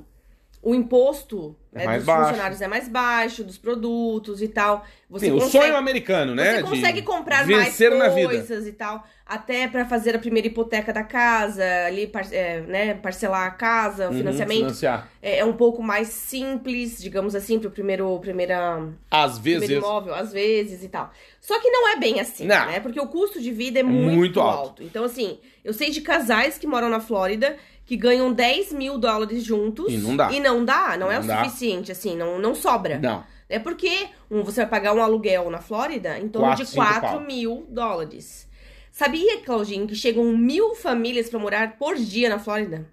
Speaker 3: o imposto
Speaker 1: É
Speaker 3: né,
Speaker 1: mais
Speaker 3: dos
Speaker 1: baixo.
Speaker 3: funcionários é mais baixo, dos produtos e tal. Você
Speaker 1: Sim, o
Speaker 3: consegue,
Speaker 1: sonho americano, né?
Speaker 3: você
Speaker 1: de
Speaker 3: consegue comprar mais
Speaker 1: vencer na vida.
Speaker 3: coisas e tal. Até pra fazer a primeira hipoteca da casa, ali, par- é, né, parcelar a casa, o
Speaker 1: Uhum,
Speaker 3: financiamento.
Speaker 1: financiar.
Speaker 3: É, é um pouco mais simples, digamos assim, pro primeiro, primeira
Speaker 1: Às
Speaker 3: primeiro
Speaker 1: vezes.
Speaker 3: imóvel, às vezes e tal. Só que não é bem assim,
Speaker 1: Não.
Speaker 3: né? Porque o custo de vida é muito,
Speaker 1: muito alto.
Speaker 3: alto. Então, assim, eu sei de casais que moram na Flórida que ganham 10 mil dólares juntos.
Speaker 1: E não dá.
Speaker 3: E não dá, não, é
Speaker 1: Não
Speaker 3: o
Speaker 1: dá.
Speaker 3: suficiente, assim, não, não sobra.
Speaker 1: Não.
Speaker 3: É porque um, você vai pagar um aluguel na Flórida em torno
Speaker 1: Quatro,
Speaker 3: de
Speaker 1: cinco
Speaker 3: 4
Speaker 1: pau.
Speaker 3: mil dólares. Sabia, Claudinho, que chegam mil famílias pra morar por dia na Flórida?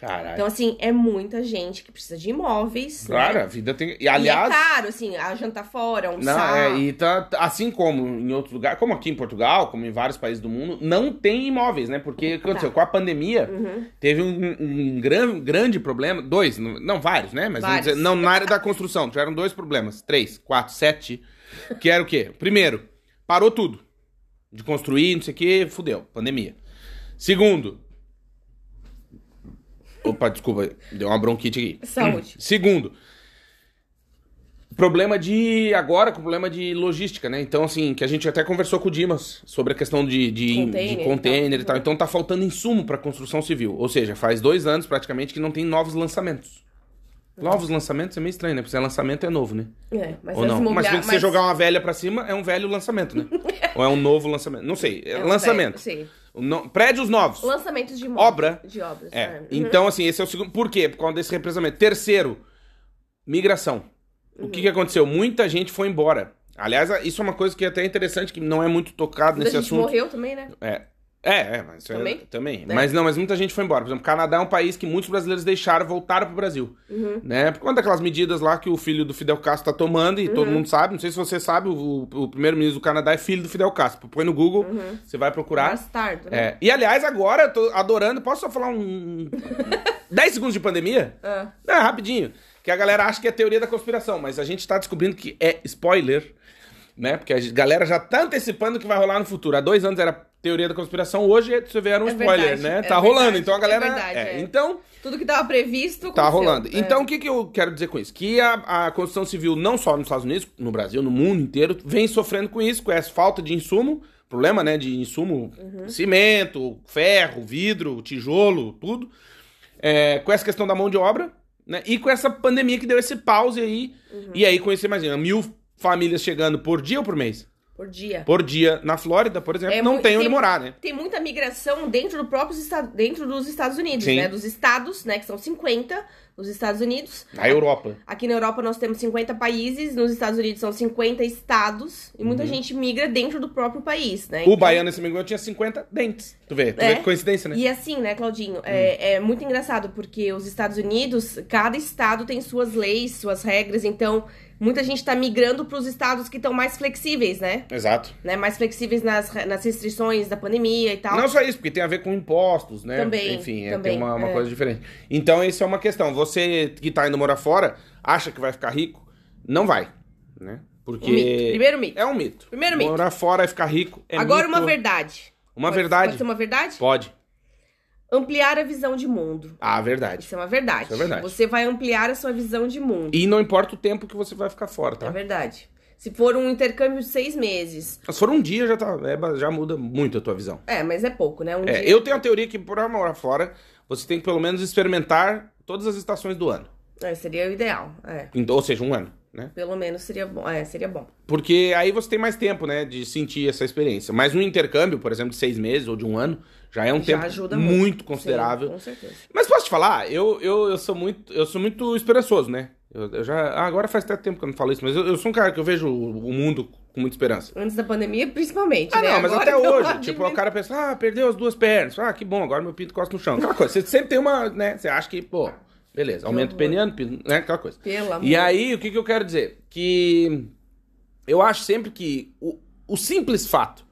Speaker 1: Caralho.
Speaker 3: Então, assim, é muita gente que precisa de imóveis. né?
Speaker 1: claro, a vida tem. assim, E aliás.
Speaker 3: E é caro, assim, a jantar fora, almoçar.
Speaker 1: Não, é, e tá, tá- assim como em outros lugares, como aqui em Portugal, como em vários países do mundo, não tem imóveis, né? Porque o que aconteceu? Com a pandemia,
Speaker 3: Uhum.
Speaker 1: teve um, um gran- grande problema, dois, não, não, vários, né? Mas vamos
Speaker 3: Vários.
Speaker 1: dizer, não, na área da construção, tiveram dois problemas, três, quatro, sete, que era o quê? Primeiro, parou tudo de construir, não sei o quê, fudeu, pandemia. Segundo, opa, desculpa, deu uma bronquite aqui.
Speaker 3: Saúde.
Speaker 1: Segundo, problema de. Agora, com problema de logística, né? Então, assim, que a gente até conversou com o Dimas sobre a questão de, de,
Speaker 3: Container
Speaker 1: de
Speaker 3: e
Speaker 1: container e
Speaker 3: tal. Uhum.
Speaker 1: tal. Então, tá faltando insumo pra construção civil. Ou seja, faz dois anos praticamente que não tem novos lançamentos. Novos lançamentos é meio estranho, né? Porque se é lançamento é novo, né?
Speaker 3: É, mas
Speaker 1: Ou
Speaker 3: as
Speaker 1: não? Mas
Speaker 3: imobiliárias-
Speaker 1: se você jogar uma velha pra cima, é um velho lançamento, né? Ou é um novo lançamento. Não sei.
Speaker 3: um
Speaker 1: É lançamento.
Speaker 3: Sim.
Speaker 1: No- Prédios novos.
Speaker 3: Lançamentos de imóveis.
Speaker 1: Obra.
Speaker 3: De obras. Uhum.
Speaker 1: É. Então, assim, esse é o segundo. Por quê? Por causa desse represamento. Terceiro, migração. O
Speaker 3: Uhum.
Speaker 1: que, que aconteceu? Muita gente foi embora. Aliás, isso é uma coisa que é até interessante, que não é muito tocado
Speaker 3: Quando a
Speaker 1: nesse
Speaker 3: gente
Speaker 1: assunto.
Speaker 3: morreu também, né?
Speaker 1: É. É, é, mas isso é-
Speaker 3: Também?
Speaker 1: também.
Speaker 3: É.
Speaker 1: Mas não, mas muita gente foi embora. Por exemplo, o Canadá é um país que muitos brasileiros deixaram, voltaram pro Brasil.
Speaker 3: Uhum.
Speaker 1: Né? Por conta daquelas medidas lá que o filho do Fidel Castro tá tomando e
Speaker 3: Uhum.
Speaker 1: todo mundo sabe. Não sei se você sabe, o, o primeiro-ministro do Canadá é filho do Fidel Castro. Põe no Google,
Speaker 3: Uhum.
Speaker 1: você vai procurar.
Speaker 3: Bastardo, né?
Speaker 1: É. E aliás, agora eu tô adorando. Posso só falar um. 10 segundos de pandemia?
Speaker 3: Ah.
Speaker 1: É, rapidinho. Que a galera acha que é teoria da conspiração, mas a gente tá descobrindo que é spoiler, né? Porque a gente- galera já tá antecipando o que vai rolar no futuro. Há dois anos era teoria da conspiração, hoje você vê era um
Speaker 3: É
Speaker 1: spoiler,
Speaker 3: verdade,
Speaker 1: né?
Speaker 3: é
Speaker 1: Tá
Speaker 3: verdade,
Speaker 1: rolando, então a
Speaker 3: é
Speaker 1: galera.
Speaker 3: verdade,
Speaker 1: é.
Speaker 3: é.
Speaker 1: Então,
Speaker 3: Tudo que tava previsto
Speaker 1: tá
Speaker 3: aconteceu.
Speaker 1: rolando.
Speaker 3: É.
Speaker 1: Então, o que, que eu quero dizer com isso? Que a, a construção civil, não só nos Estados Unidos, no Brasil, no mundo inteiro, vem sofrendo com isso, com essa falta de insumo, problema, né, de insumo,
Speaker 3: Uhum.
Speaker 1: cimento, ferro, vidro, tijolo, tudo, É, com essa questão da mão de obra, né, e com essa pandemia que deu esse pause aí,
Speaker 3: Uhum.
Speaker 1: e aí, com isso, imagina, mil famílias chegando por dia ou por mês?
Speaker 3: Por dia.
Speaker 1: Por dia, na Flórida, por exemplo,
Speaker 3: É
Speaker 1: não
Speaker 3: muito-
Speaker 1: tem onde
Speaker 3: tem-
Speaker 1: morar, né?
Speaker 3: Tem muita migração dentro do próprio estado, dentro dos Estados Unidos,
Speaker 1: Sim.
Speaker 3: né? Dos estados, né? Que são 50 nos Estados Unidos.
Speaker 1: Na Europa.
Speaker 3: Aqui na Europa nós temos 50 países, nos Estados Unidos são 50 estados, e muita gente migra dentro do próprio país, né?
Speaker 1: Uhum. O
Speaker 3: Então-
Speaker 1: baiano, esse amigão, tinha 50 dentes. Tu vê, tu vê
Speaker 3: É.
Speaker 1: que coincidência, né?
Speaker 3: E assim, né, Claudinho,
Speaker 1: Hum.
Speaker 3: é, é muito engraçado porque os Estados Unidos, cada estado tem suas leis, suas regras, então muita gente tá migrando pros estados que estão mais flexíveis, né?
Speaker 1: Exato.
Speaker 3: Né, mais flexíveis nas, re- nas restrições da pandemia e tal.
Speaker 1: Não só isso, porque tem a ver com impostos, né?
Speaker 3: Também,
Speaker 1: Enfim, é,
Speaker 3: também,
Speaker 1: tem uma, uma
Speaker 3: é.
Speaker 1: coisa diferente. Então, isso é uma questão. Você que tá indo morar fora, acha que vai ficar rico? Não vai, né? Porque...
Speaker 3: Um mito. Primeiro mito.
Speaker 1: É um mito.
Speaker 3: Primeiro mito.
Speaker 1: Morar fora e ficar rico é
Speaker 3: Agora
Speaker 1: mito.
Speaker 3: uma verdade.
Speaker 1: Uma
Speaker 3: Pode-
Speaker 1: verdade.
Speaker 3: Pode ser uma verdade?
Speaker 1: Pode.
Speaker 3: Ampliar a visão de mundo.
Speaker 1: Ah, verdade.
Speaker 3: Isso é uma verdade.
Speaker 1: Isso é verdade.
Speaker 3: Você vai ampliar a sua visão de mundo.
Speaker 1: E não importa o tempo que você vai ficar fora,
Speaker 3: É
Speaker 1: tá?
Speaker 3: verdade. Se for um intercâmbio de seis meses.
Speaker 1: Se for um dia, já, tá, é, já muda muito a tua visão.
Speaker 3: É, mas é pouco, né? Um
Speaker 1: É,
Speaker 3: dia.
Speaker 1: eu tenho a teoria que, por morar fora, você tem que pelo menos experimentar todas as estações do ano.
Speaker 3: É, seria o ideal. É.
Speaker 1: Então, Ou seja, um ano. né?
Speaker 3: Pelo menos seria bom. É, seria bom.
Speaker 1: Porque aí você tem mais tempo, né, de sentir essa experiência. Mas um intercâmbio, por exemplo, de seis meses ou de um ano, já é um
Speaker 3: Já
Speaker 1: tempo
Speaker 3: ajuda
Speaker 1: muito,
Speaker 3: muito.
Speaker 1: considerável.
Speaker 3: Sim, com certeza.
Speaker 1: Mas posso te falar, eu, eu, eu sou muito eu sou muito esperançoso, né? Eu, eu já ah, agora faz até tempo que eu não falo isso, mas eu, eu sou um cara que eu vejo o o mundo com muita esperança.
Speaker 3: Antes da pandemia, principalmente.
Speaker 1: Ah,
Speaker 3: né?
Speaker 1: não, mas
Speaker 3: Agora
Speaker 1: até
Speaker 3: deu
Speaker 1: hoje,
Speaker 3: uma
Speaker 1: tipo,
Speaker 3: diminuída.
Speaker 1: o cara pensa, ah, perdeu as duas pernas. Ah, que bom, agora meu pinto costa no chão. Aquela coisa, você sempre tem uma, né, você acha que, pô, beleza, aumento
Speaker 3: horror.
Speaker 1: peniano, pinto, né, aquela coisa.
Speaker 3: Pelo amor.
Speaker 1: E aí, o que, que eu quero dizer? Que eu acho sempre que o, o simples fato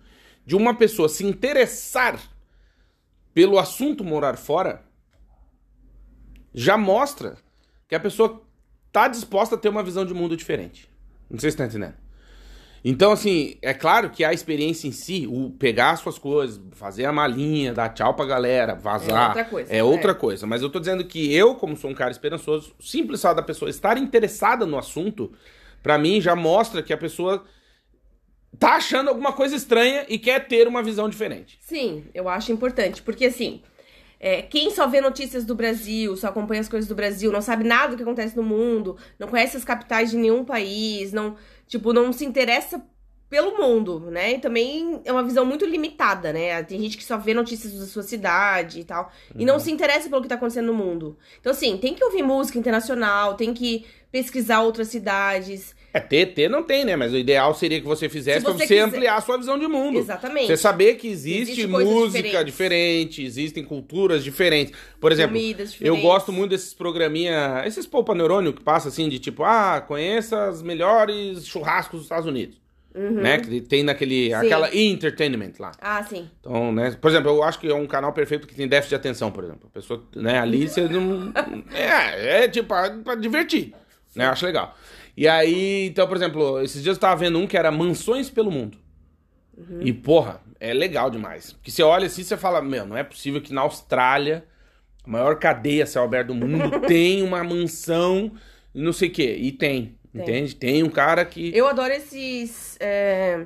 Speaker 1: de uma pessoa se interessar pelo assunto morar fora já mostra que a pessoa tá disposta a ter uma visão de mundo diferente. Não sei se tá entendendo. Então, assim, é claro que a experiência em si, o pegar as suas coisas, fazer a malinha, dar tchau pra galera, vazar.
Speaker 3: É outra coisa,
Speaker 1: é
Speaker 3: né?
Speaker 1: outra coisa. Mas eu tô dizendo que eu, como sou um cara esperançoso, o simples fato da pessoa estar interessada no assunto, pra mim já mostra que a pessoa tá achando alguma coisa estranha e quer ter uma visão diferente.
Speaker 3: Sim, eu acho importante, porque assim, é, quem só vê notícias do Brasil, só acompanha as coisas do Brasil, não sabe nada do que acontece no mundo, não conhece as capitais de nenhum país, não, tipo, não se interessa pelo mundo, né? E também é uma visão muito limitada, né? Tem gente que só vê notícias da sua cidade e tal, e
Speaker 1: Uhum.
Speaker 3: não se interessa pelo que tá acontecendo no mundo. Então, assim, tem que ouvir música internacional, tem que pesquisar outras cidades.
Speaker 1: É, ter, ter não tem, né? Mas o ideal seria que você fizesse
Speaker 3: Se
Speaker 1: pra
Speaker 3: você
Speaker 1: você
Speaker 3: quiser.
Speaker 1: ampliar a sua visão de mundo.
Speaker 3: Exatamente.
Speaker 1: Você saber que existe,
Speaker 3: Existe coisas
Speaker 1: música
Speaker 3: diferentes.
Speaker 1: diferente, existem culturas diferentes. Por exemplo,
Speaker 3: Comidas
Speaker 1: eu
Speaker 3: diferentes.
Speaker 1: gosto muito desses programinha, esses poupa neurônio que passa assim de tipo, ah, conheça as melhores churrascos dos Estados Unidos,
Speaker 3: Uhum.
Speaker 1: né? Que tem naquele aquela entertainment lá.
Speaker 3: Ah, sim.
Speaker 1: Então, né? Por exemplo, eu acho que é um canal perfeito que tem déficit de atenção, por exemplo. A pessoa, né, ali você não. É, é tipo, pra, pra divertir. Né? Eu acho legal. E aí, então, por exemplo, esses dias eu tava vendo um que era Mansões pelo Mundo. E, porra, é legal demais. Porque você olha assim e você fala, meu, não é possível que na Austrália, a maior cadeia céu aberto do mundo, tem uma mansão, não sei o quê. E tem.
Speaker 3: Tem.
Speaker 1: Entende? Tem um cara que.
Speaker 3: Eu adoro esses. é,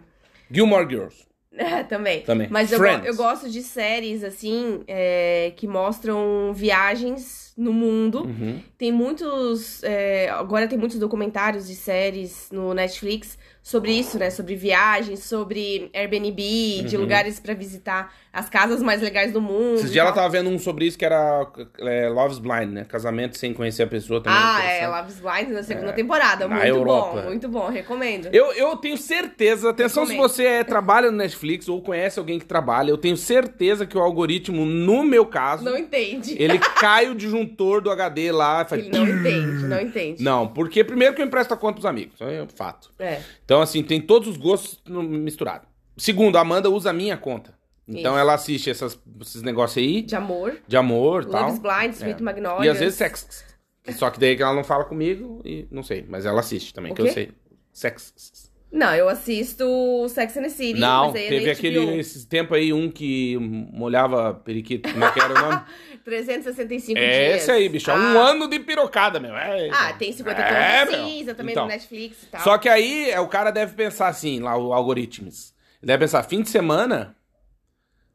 Speaker 1: Gilmore Girls.
Speaker 3: É, também.
Speaker 1: Também.
Speaker 3: Mas eu, go-
Speaker 1: Friends.
Speaker 3: eu gosto de séries, assim, é, que mostram viagens no mundo.
Speaker 1: Uhum.
Speaker 3: Tem muitos. é, agora tem muitos documentários de séries no Netflix sobre isso, né? Sobre viagens, sobre Airbnb, de lugares pra visitar as casas mais legais do mundo.
Speaker 1: Uhum. Esses
Speaker 3: e
Speaker 1: dias ela
Speaker 3: tal.
Speaker 1: tava vendo um sobre isso que era é, Love's Blind, né? Casamento sem conhecer a pessoa também.
Speaker 3: Ah,
Speaker 1: interessante.
Speaker 3: é, Love's Blind na segunda
Speaker 1: É,
Speaker 3: temporada.
Speaker 1: na
Speaker 3: Muito
Speaker 1: Europa.
Speaker 3: bom, muito bom, recomendo.
Speaker 1: Eu, eu tenho certeza, atenção se
Speaker 3: Recomendo.
Speaker 1: você é, trabalha no Netflix ou conhece alguém que trabalha, eu tenho certeza que o algoritmo, no meu caso,
Speaker 3: Não entende.
Speaker 1: ele cai o disjuntor do HD lá e faz...
Speaker 3: Ele não entende, não entende.
Speaker 1: Não, porque primeiro que eu empresto a conta pros amigos, isso é um fato.
Speaker 3: É.
Speaker 1: Então, assim, tem todos os gostos no- misturados. Segundo, a Amanda usa a minha conta. Então
Speaker 3: Isso.
Speaker 1: ela assiste essas- esses negócios aí,
Speaker 3: De amor.
Speaker 1: de amor e tal.
Speaker 3: Love's Blind, Sweet
Speaker 1: É.
Speaker 3: Magnolia.
Speaker 1: E às vezes sex. Só que daí que ela não fala comigo e não sei, mas ela assiste também,
Speaker 3: O
Speaker 1: que eu
Speaker 3: quê?
Speaker 1: sei. Sex.
Speaker 3: Não, eu assisto Sex and the City.
Speaker 1: não,
Speaker 3: mas aí é
Speaker 1: teve
Speaker 3: na
Speaker 1: aquele
Speaker 3: HBO.
Speaker 1: esse tempo aí um que molhava periquito, como é que era o nome?
Speaker 3: 365
Speaker 1: é
Speaker 3: dias.
Speaker 1: esse aí, bicho, é um ano de pirocada, meu. É,
Speaker 3: Ah, tem 50 tons
Speaker 1: É,
Speaker 3: de
Speaker 1: meu.
Speaker 3: cinza também
Speaker 1: Então,
Speaker 3: no Netflix e né, tal.
Speaker 1: Só que aí é, o cara deve pensar assim, lá o algoritmos. Ele deve pensar, fim de semana,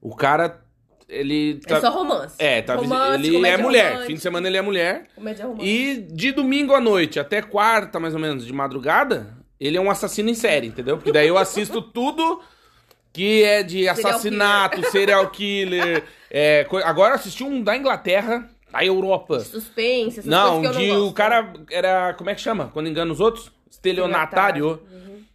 Speaker 1: o cara ele
Speaker 3: É só romance.
Speaker 1: é, tá,
Speaker 3: romance,
Speaker 1: ele é
Speaker 3: comédia
Speaker 1: mulher.
Speaker 3: romântica.
Speaker 1: Fim de semana ele é mulher.
Speaker 3: Comédia romântica.
Speaker 1: E de domingo à noite até quarta, mais ou menos, de madrugada, ele é um assassino em série, entendeu? Porque daí eu assisto tudo que é de
Speaker 3: killer.
Speaker 1: assassinato, serial killer. é, co- agora eu assisti um da Inglaterra, da Europa.
Speaker 3: Suspense, essas
Speaker 1: Não, um
Speaker 3: coisas que eu
Speaker 1: de
Speaker 3: não
Speaker 1: o
Speaker 3: gosto. né?
Speaker 1: cara era. Como é que chama? Quando engana os outros? Estelionatário.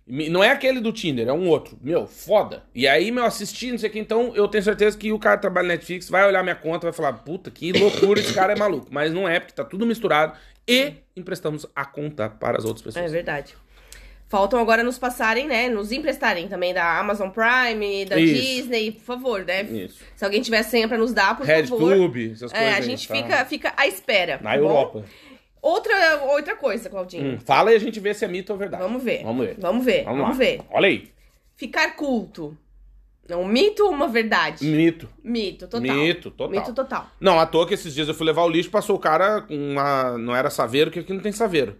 Speaker 1: Me- Não é aquele do Tinder, é um outro. Meu, foda. E aí, meu, assisti, não sei o que, então eu tenho certeza que o cara que trabalha na Netflix vai olhar minha conta e vai falar: puta, que loucura, esse cara é maluco. Mas não é, porque tá tudo misturado e emprestamos a conta para as
Speaker 3: É
Speaker 1: outras pessoas.
Speaker 3: verdade. Faltam agora nos passarem, né? Nos emprestarem também da Amazon Prime, da
Speaker 1: Isso.
Speaker 3: Disney, por favor, né?
Speaker 1: Isso.
Speaker 3: Se alguém tiver senha pra nos dar, por favor.
Speaker 1: RedTube, essas coisas.
Speaker 3: É, a
Speaker 1: aí,
Speaker 3: gente
Speaker 1: tá?
Speaker 3: fica, fica à espera.
Speaker 1: Na
Speaker 3: tá bom?
Speaker 1: Europa.
Speaker 3: Outra, outra coisa, Claudinho.
Speaker 1: Hum, fala e a gente vê se é mito ou verdade.
Speaker 3: Vamos ver.
Speaker 1: Vamos ver.
Speaker 3: Vamos ver.
Speaker 1: Vamos lá.
Speaker 3: Vamos ver.
Speaker 1: Olha aí.
Speaker 3: Ficar culto. É um mito ou uma verdade?
Speaker 1: Mito.
Speaker 3: Mito, total.
Speaker 1: Mito, total.
Speaker 3: Mito total.
Speaker 1: Não, à toa que esses dias eu fui levar o lixo, passou o cara com uma. Não era saveiro, que aqui não tem saveiro.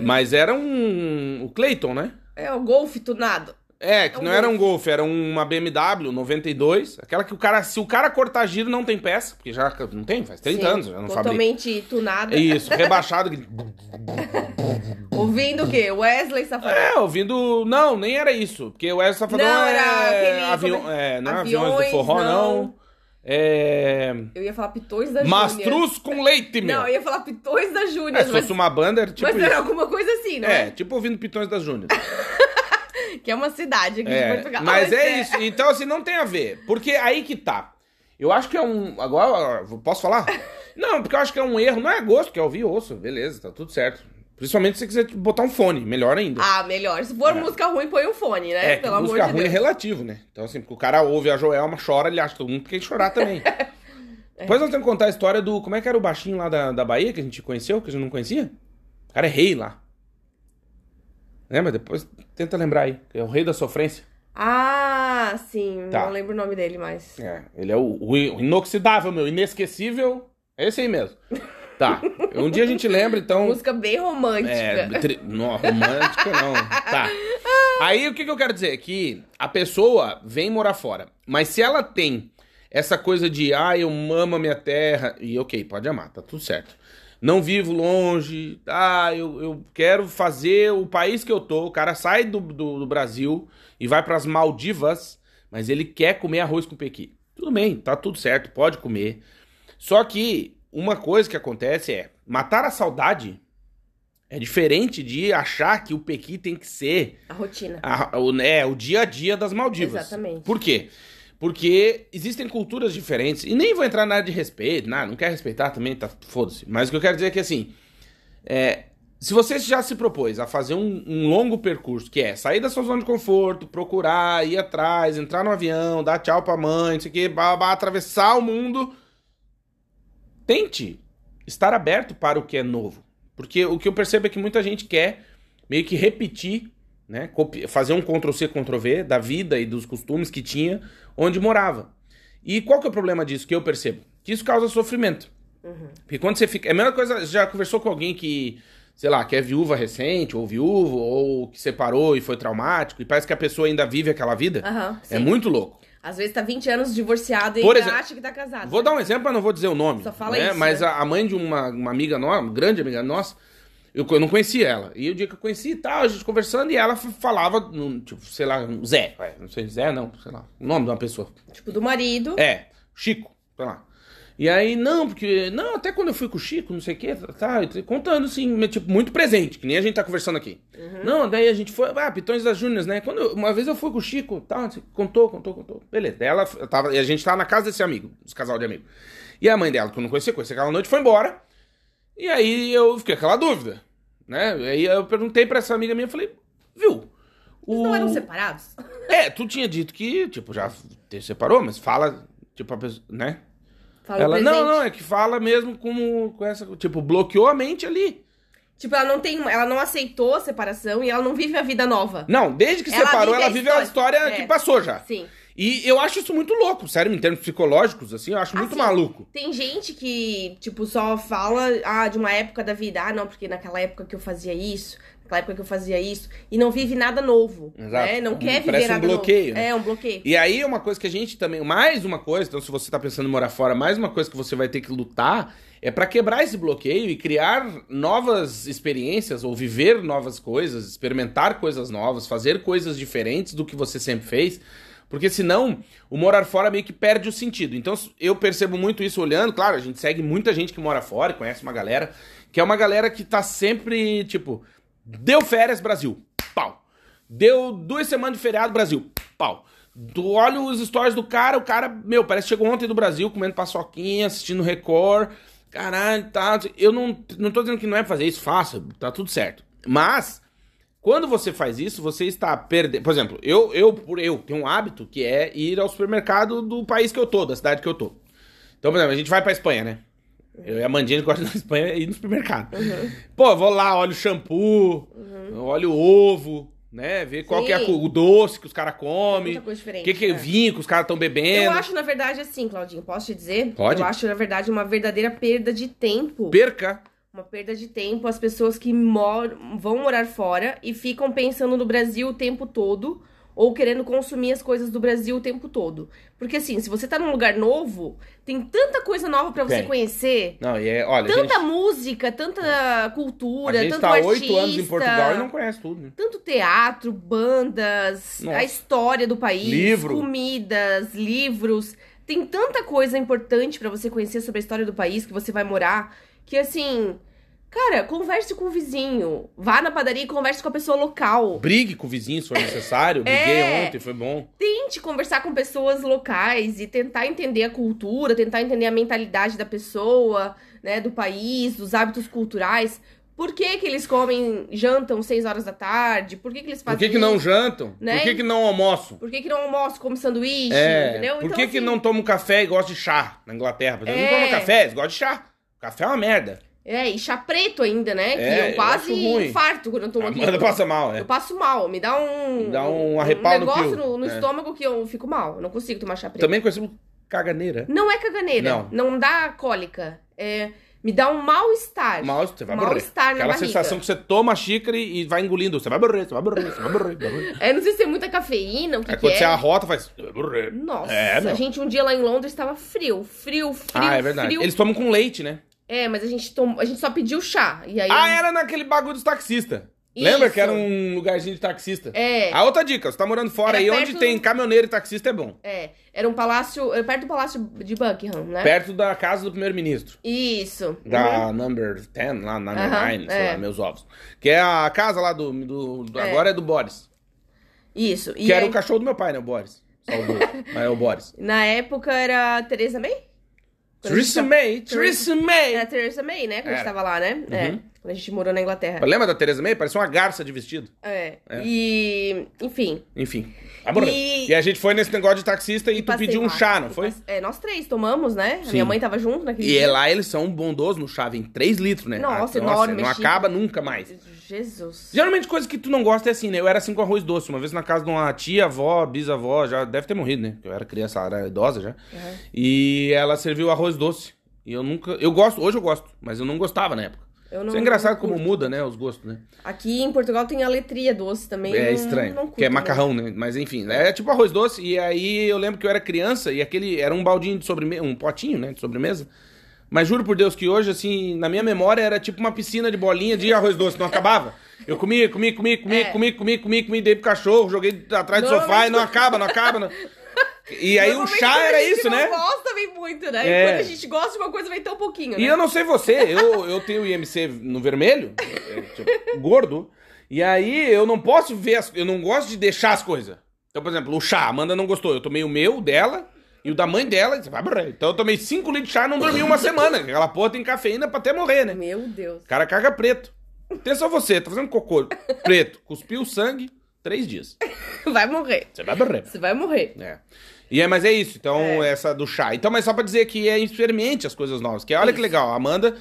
Speaker 1: Mas era um. O Clayton, né?
Speaker 3: É o golfe tunado.
Speaker 1: É, que
Speaker 3: É um
Speaker 1: não era um Golf, era uma BMW 92. Aquela que o cara, se o cara cortar giro, não tem peça, porque já não tem, faz 30
Speaker 3: Sim,
Speaker 1: anos, já não fabrica.
Speaker 3: Totalmente tunada.
Speaker 1: É Isso, rebaixado. que-
Speaker 3: Ouvindo o quê? Wesley Safadão.
Speaker 1: É, ouvindo. Não, nem era isso. Porque o Wesley Safadão
Speaker 3: Não,
Speaker 1: é.
Speaker 3: era aquele-
Speaker 1: avião-
Speaker 3: como
Speaker 1: é, não é
Speaker 3: Aviões,
Speaker 1: aviões do forró, não.
Speaker 3: não.
Speaker 1: É.
Speaker 3: Eu ia falar Pitões da Júnior.
Speaker 1: Mastruz com leite, meu.
Speaker 3: Não, eu ia falar Pitões da Júnior,
Speaker 1: É, se
Speaker 3: mas,
Speaker 1: fosse uma banda, era tipo
Speaker 3: mas era
Speaker 1: isso.
Speaker 3: alguma coisa assim, né?
Speaker 1: É, tipo ouvindo Pitões da Júnior.
Speaker 3: Que é uma cidade aqui de
Speaker 1: É,
Speaker 3: Portugal.
Speaker 1: mas é, isso. Então, assim, não tem a ver. Porque aí que tá. Eu acho que é um. Agora, eu posso falar? Não, porque eu acho que é um erro. Não é gosto, quer ouvir, ouço. Beleza, tá tudo certo. Principalmente se você quiser botar um fone, melhor ainda.
Speaker 3: Ah, melhor. Se for música ruim, põe um fone, né?
Speaker 1: é, que
Speaker 3: Pelo amor
Speaker 1: música
Speaker 3: de
Speaker 1: ruim é
Speaker 3: Deus.
Speaker 1: relativo, né? Então, assim, porque o cara ouve a Joelma, chora, ele acha que todo mundo porque chorar também.
Speaker 3: É.
Speaker 1: Depois nós temos que contar a história do. Como é que era o baixinho lá da, da Bahia que a gente conheceu, que a gente não conhecia? O cara é rei lá. Né? Mas depois tenta lembrar aí. É o rei da sofrência.
Speaker 3: Ah, sim.
Speaker 1: Tá.
Speaker 3: Não lembro o nome dele mais.
Speaker 1: É, ele é o, o inoxidável, meu, inesquecível. É esse aí mesmo. Tá. Um dia a gente lembra, então.
Speaker 3: Música bem romântica.
Speaker 1: É, tri- não, romântica não. Tá. Aí o que, que eu quero dizer? Que a pessoa vem morar fora, mas se ela tem essa coisa de, ah, eu amo a minha terra, e ok, pode amar, tá tudo certo. Não vivo longe, ah, eu, eu quero fazer o país que eu tô. O cara sai do, do, do Brasil e vai pras Maldivas, mas ele quer comer arroz com pequi. Tudo bem, tá tudo certo, pode comer. Só que uma coisa que acontece é matar a saudade é diferente de achar que o Pequi tem que ser
Speaker 3: A rotina.
Speaker 1: a- o, né, o dia a dia das Maldivas.
Speaker 3: Exatamente.
Speaker 1: Por quê? Porque existem culturas diferentes, e nem vou entrar na área de respeito, nada, não quer respeitar também, tá, foda-se. Mas o que eu quero dizer é que assim, é, se você já se propôs a fazer um, um longo percurso, que é sair da sua zona de conforto, procurar, ir atrás, entrar no avião, dar tchau pra mãe, não sei o que, babá, atravessar o mundo, tente estar aberto para o que é novo. Porque o que eu percebo é que muita gente quer meio que repetir, né? copi- Fazer um Ctrl-C, Ctrl-V da vida e dos costumes que tinha onde morava. E qual que é o problema disso que eu percebo? Que isso causa sofrimento. Porque quando você fica. É a mesma coisa, já conversou com alguém que, sei lá, que é viúva recente, ou viúvo, ou que separou e foi traumático, e parece que a pessoa ainda vive aquela vida?
Speaker 3: Aham,
Speaker 1: é
Speaker 3: Ah, sim.
Speaker 1: muito louco.
Speaker 3: Às vezes tá 20 anos divorciado e
Speaker 1: Por
Speaker 3: ainda
Speaker 1: exemplo-
Speaker 3: acha que tá casado.
Speaker 1: Vou dar um exemplo, mas não vou dizer o nome.
Speaker 3: Só fala
Speaker 1: né?
Speaker 3: isso,
Speaker 1: Mas
Speaker 3: né?
Speaker 1: a a mãe de uma, uma amiga nossa, uma grande amiga nossa, eu, co- eu não conhecia ela. E o dia que eu conheci e tal, a gente conversando, e ela f- falava, num, tipo, sei lá, um Zé. vai, Não sei Zé, não, sei lá. O nome de uma pessoa.
Speaker 3: Tipo, do marido.
Speaker 1: um- É, Chico, sei lá. E aí, não, porque. Não, até quando eu fui com o Chico, não sei o quê, tá, tá, contando, assim, mas, tipo, muito presente, que nem a gente tá conversando aqui. Não, daí a gente foi. Ah, Pitões das Júnias, né? Quando eu- uma vez eu fui com o Chico, tá, não sei, contou, contou, contou. Beleza. Daí ela f- tava. E a gente tava na casa desse amigo, desse casal de amigo. E a mãe dela, que eu não conhecia, conhecia aquela noite, foi embora. E aí eu fiquei com aquela dúvida, né? E aí eu perguntei pra essa amiga minha, falei, viu?
Speaker 3: Eles
Speaker 1: O...
Speaker 3: não um eram separados?
Speaker 1: É, tu tinha dito que, tipo, já te separou, mas fala, tipo, a pessoa, né?
Speaker 3: Fala
Speaker 1: ela,
Speaker 3: presente.
Speaker 1: não, não, é que fala mesmo como, com essa, tipo, bloqueou a mente ali.
Speaker 3: Tipo, ela não tem. Ela não aceitou a separação e ela não vive a vida nova.
Speaker 1: Não, desde que
Speaker 3: Ela
Speaker 1: separou,
Speaker 3: vive
Speaker 1: ela
Speaker 3: a
Speaker 1: vive a
Speaker 3: história.
Speaker 1: história
Speaker 3: É.
Speaker 1: que passou já.
Speaker 3: Sim.
Speaker 1: E eu acho isso muito louco, sério, em termos psicológicos, assim, eu acho muito
Speaker 3: Assim,
Speaker 1: maluco.
Speaker 3: Tem gente que, tipo, só fala ah, de uma época da vida. Ah, não, porque naquela época que eu fazia isso, naquela época que eu fazia isso. E não vive nada novo.
Speaker 1: Exato.
Speaker 3: Né? Não
Speaker 1: Hum,
Speaker 3: quer viver
Speaker 1: parece um
Speaker 3: nada
Speaker 1: bloqueio,
Speaker 3: novo.
Speaker 1: né?
Speaker 3: É, um bloqueio.
Speaker 1: E aí é uma coisa que a gente também, mais uma coisa, então se você tá pensando em morar fora, mais uma coisa que você vai ter que lutar é pra quebrar esse bloqueio e criar novas experiências ou viver novas coisas, experimentar coisas novas, fazer coisas diferentes do que você sempre fez. Porque senão, o morar fora meio que perde o sentido. Então, s- eu percebo muito isso olhando. Claro, a gente segue muita gente que mora fora, e conhece uma galera, que é uma galera que tá sempre, tipo, deu férias, Brasil. Pau. Deu duas semanas de feriado, Brasil. Pau. Tu olha os stories do cara, o cara, meu, parece que chegou ontem do Brasil comendo paçoquinha, assistindo Record. Caralho, tá. Eu não, não tô dizendo que não é pra fazer isso, faça, tá tudo certo. Mas, quando você faz isso, você está perdendo. Por exemplo, eu, eu, por eu tenho um hábito que é ir ao supermercado do país que eu tô, da cidade que eu tô. Então, por exemplo, a gente vai pra Espanha, né? Eu e a Mandinha, a gente gosta de ir na Espanha e ir no supermercado.
Speaker 3: Uhum.
Speaker 1: Pô, eu vou lá, olho o shampoo, olho o ovo, né? Ver qual que é a
Speaker 3: Sim.
Speaker 1: co- o doce que os caras comem.
Speaker 3: Muita coisa diferente.
Speaker 1: O que, que é
Speaker 3: né?
Speaker 1: vinho que os caras estão bebendo?
Speaker 3: Eu acho, na verdade, assim, Claudinho, posso te dizer?
Speaker 1: Pode.
Speaker 3: Eu acho, na verdade, uma verdadeira perda de tempo.
Speaker 1: Perca.
Speaker 3: Uma perda de tempo, as pessoas que moram, vão morar fora e ficam pensando no Brasil o tempo todo, ou querendo consumir as coisas do Brasil o tempo todo. Porque assim, se você tá num lugar novo, tem tanta coisa nova pra você
Speaker 1: Tem.
Speaker 3: conhecer,
Speaker 1: Não, e é, olha,
Speaker 3: tanta
Speaker 1: gente,
Speaker 3: música, tanta cultura,
Speaker 1: a gente
Speaker 3: tanto
Speaker 1: tá há
Speaker 3: artista.
Speaker 1: oito anos em Portugal e não conhece tudo, né?
Speaker 3: Tanto teatro, bandas,
Speaker 1: Nossa.
Speaker 3: a história do país,
Speaker 1: Livro.
Speaker 3: comidas, livros. Tem tanta coisa importante pra você conhecer sobre a história do país que você vai morar, que assim, cara, converse com o vizinho, vá na padaria e converse com a pessoa local.
Speaker 1: Brigue com o vizinho se for necessário. Briguei
Speaker 3: É.
Speaker 1: ontem, foi bom.
Speaker 3: Tente conversar com pessoas locais e tentar entender a cultura, tentar entender a mentalidade da pessoa, né, do país, dos hábitos culturais. Por que que eles comem, jantam seis horas da tarde? Por que que eles
Speaker 1: Por
Speaker 3: fazem
Speaker 1: que, que
Speaker 3: isso?
Speaker 1: não jantam?
Speaker 3: Né?
Speaker 1: Por que, que não almoçam?
Speaker 3: Por que, que não almoço como sanduíche?
Speaker 1: É,
Speaker 3: entendeu?
Speaker 1: por
Speaker 3: Então,
Speaker 1: que, que
Speaker 3: assim,
Speaker 1: não tomam café e gostam de chá na Inglaterra? Por exemplo,
Speaker 3: É.
Speaker 1: não tomam café, eles gostam de chá. Café é uma merda.
Speaker 3: É, e chá preto ainda, né?
Speaker 1: É,
Speaker 3: que eu
Speaker 1: eu
Speaker 3: quase
Speaker 1: acho ruim. Ah,
Speaker 3: infarto quando eu tomo
Speaker 1: A
Speaker 3: aqui.
Speaker 1: Amanda passa mal,
Speaker 3: Eu
Speaker 1: é.
Speaker 3: passo mal, me dá um.
Speaker 1: Dá um arrepal no
Speaker 3: negócio
Speaker 1: pio.
Speaker 3: no, no
Speaker 1: É.
Speaker 3: estômago que eu fico mal. eu Não consigo tomar chá preto.
Speaker 1: Também conhecemos caganeira.
Speaker 3: Não é caganeira.
Speaker 1: Não.
Speaker 3: dá cólica. É, me dá um mal-estar.
Speaker 1: Mal, você vai morrer.
Speaker 3: Mal-estar na
Speaker 1: Aquela
Speaker 3: barriga.
Speaker 1: sensação que você toma a xícara e e vai engolindo. Você vai morrer, você vai morrer, você vai morrer. vai morrer.
Speaker 3: É, não sei se é muita cafeína, o que,
Speaker 1: Aí
Speaker 3: que
Speaker 1: quando você
Speaker 3: é.
Speaker 1: arrota, faz. "Você vai morrer".
Speaker 3: Nossa,
Speaker 1: É, meu.
Speaker 3: a gente um dia lá em Londres tava frio, frio, frio,
Speaker 1: Ah, é verdade.
Speaker 3: frio.
Speaker 1: Eles tomam com leite, né?
Speaker 3: É, mas a gente, tom... a gente só pediu chá. E aí.
Speaker 1: Ah, era naquele bagulho dos taxistas.
Speaker 3: Isso.
Speaker 1: Lembra que era um lugarzinho de taxista?
Speaker 3: É.
Speaker 1: A outra dica, você tá morando fora
Speaker 3: Era
Speaker 1: aí, onde
Speaker 3: perto-
Speaker 1: tem caminhoneiro e taxista é bom.
Speaker 3: É, era um palácio, era perto do palácio de Buckingham, né?
Speaker 1: Perto da casa do primeiro-ministro.
Speaker 3: Isso.
Speaker 1: Da number 10, lá number
Speaker 3: Uhum. Aham,
Speaker 1: 9, sei
Speaker 3: é.
Speaker 1: lá, meus ovos. Que é a casa lá do. do- do-
Speaker 3: É.
Speaker 1: Agora é do Boris.
Speaker 3: Isso. E
Speaker 1: que era
Speaker 3: aí,
Speaker 1: o cachorro do meu pai, né? O Boris. Saudoso. Mas é o Boris.
Speaker 3: na época era Teresa May? Quando a gente
Speaker 1: Theresa
Speaker 3: tava-
Speaker 1: May! Theresa
Speaker 3: Era
Speaker 1: May!
Speaker 3: Teresa May, né? Quando a gente
Speaker 1: Era. Uhum.
Speaker 3: tava lá, né? É. Quando a gente morou na Inglaterra.
Speaker 1: Lembra da Theresa May? Parecia uma garça de vestido.
Speaker 3: É.
Speaker 1: É.
Speaker 3: E, enfim.
Speaker 1: Enfim. Amor, e...
Speaker 3: E-
Speaker 1: a gente foi nesse negócio de taxista e, tu
Speaker 3: passei
Speaker 1: pediu um
Speaker 3: lá.
Speaker 1: chá, não foi?
Speaker 3: Passe- É, nós três tomamos, né? A
Speaker 1: Sim.
Speaker 3: minha mãe tava junto naquele
Speaker 1: E é
Speaker 3: dia.
Speaker 1: lá eles são bondosos no chá, vem 3 litros, né?
Speaker 3: Nossa,
Speaker 1: Ah,
Speaker 3: enorme.
Speaker 1: Não
Speaker 3: xícara.
Speaker 1: acaba nunca mais.
Speaker 3: Jesus.
Speaker 1: Geralmente coisa que tu não gosta é assim, né? Eu era assim com arroz doce. Uma vez na casa de uma tia, avó, bisavó, já deve ter morrido, né? Porque eu era criança, ela era idosa já.
Speaker 3: Aham.
Speaker 1: E ela serviu arroz doce. E eu nunca. Eu gosto, hoje eu gosto, mas eu não gostava na época.
Speaker 3: Eu
Speaker 1: Isso é engraçado
Speaker 3: não
Speaker 1: como
Speaker 3: curto.
Speaker 1: muda, né? Os gostos, né?
Speaker 3: Aqui em Portugal tem a letria doce também.
Speaker 1: é
Speaker 3: não-
Speaker 1: estranho.
Speaker 3: não curto,
Speaker 1: que é
Speaker 3: né?
Speaker 1: macarrão, né? Mas enfim, é tipo arroz doce. E aí eu lembro que eu era criança e aquele. Era um baldinho de sobremesa. Um potinho, né? De sobremesa. Mas juro por Deus que hoje, assim, na minha memória era tipo uma piscina de bolinha de arroz doce, não acabava. Eu comia, comia, comia, comia,
Speaker 3: É.
Speaker 1: comia, comia, comia, comia, dei pro cachorro, joguei atrás do sofá e não acaba, não acaba. não- E aí o
Speaker 3: Normalmente,
Speaker 1: chá
Speaker 3: quando
Speaker 1: era
Speaker 3: a gente
Speaker 1: isso,
Speaker 3: não
Speaker 1: né?
Speaker 3: gosta, vem muito, né?
Speaker 1: É.
Speaker 3: E quando a gente gosta de uma coisa, vem tão pouquinho, né?
Speaker 1: E eu não sei você, eu, eu tenho IMC no vermelho, é, tipo, gordo, e aí eu não posso ver, as, eu não gosto de deixar as coisas. Então, por exemplo, o chá, a Amanda não gostou, eu tomei o meu, o dela, e o da mãe dela, e você vai morrer. Então eu tomei 5 litros de chá e não dormi uma semana, que aquela porra tem cafeína pra até morrer, né?
Speaker 3: Meu Deus.
Speaker 1: O cara caga preto. Atenção você, tá fazendo cocô preto, cuspiu sangue, três dias.
Speaker 3: Vai morrer.
Speaker 1: Você vai morrer.
Speaker 3: Você vai morrer.
Speaker 1: É. E é, mas é isso, então, essa do chá. Então, mas só pra dizer que é experimente as coisas novas. Que olha que legal, a Amanda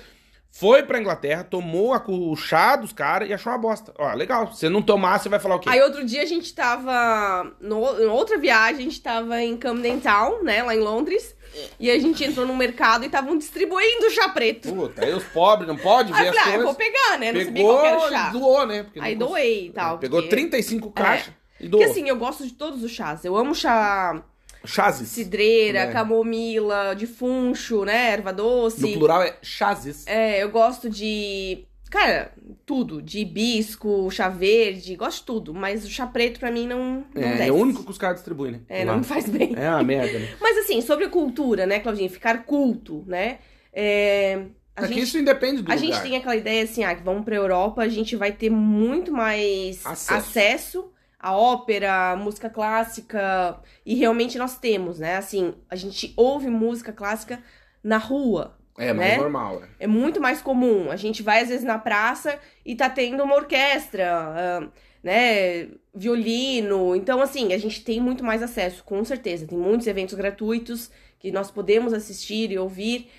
Speaker 1: foi pra Inglaterra, tomou a cu- o chá dos caras e achou uma bosta. Ó, legal. Se não tomar, você vai falar o quê?
Speaker 3: Aí outro dia a gente tava. No, em outra viagem, a gente tava em Camden Town, né? Lá em Londres. E a gente entrou num mercado e estavam distribuindo chá preto.
Speaker 1: Puta, aí os pobres não podem
Speaker 3: Aí
Speaker 1: ver
Speaker 3: eu
Speaker 1: as
Speaker 3: falei, ah, eu
Speaker 1: coisas.
Speaker 3: vou pegar, né? Não sabia
Speaker 1: Pegou
Speaker 3: qual que era o chá.
Speaker 1: e doou, né? Porque
Speaker 3: Aí
Speaker 1: não cons-
Speaker 3: doei e tal.
Speaker 1: Pegou
Speaker 3: porque... É.
Speaker 1: 35 caixas e doou.
Speaker 3: Porque assim, eu gosto de todos os chás. Eu amo chá
Speaker 1: chazes.
Speaker 3: cidreira,
Speaker 1: É.
Speaker 3: camomila, de funcho, né? Erva doce.
Speaker 1: No plural é chazes.
Speaker 3: É, eu gosto de. Cara, tudo. De hibisco, chá verde, gosto de tudo. Mas o chá preto pra mim não, não
Speaker 1: É,
Speaker 3: desce.
Speaker 1: é o único que os caras distribuem, né?
Speaker 3: É,
Speaker 1: Lá.
Speaker 3: não me faz bem.
Speaker 1: É uma merda, né?
Speaker 3: Mas assim, sobre cultura, né, Claudinha? Ficar culto, né? É, a
Speaker 1: Aqui
Speaker 3: gente,
Speaker 1: isso independe do
Speaker 3: a
Speaker 1: lugar.
Speaker 3: gente tem aquela ideia assim, ah, que vamos pra Europa, a gente vai ter muito mais
Speaker 1: Acesso.
Speaker 3: acesso, à ópera, à música clássica. E realmente nós temos, né? Assim, a gente ouve música clássica na rua.
Speaker 1: É, mas
Speaker 3: né?
Speaker 1: normal, é.
Speaker 3: É muito mais comum. A gente vai, às vezes, na praça e tá tendo uma orquestra, ah, né? Violino. Então, assim, a gente tem muito mais acesso, com certeza. Tem muitos eventos gratuitos que nós podemos assistir e ouvir.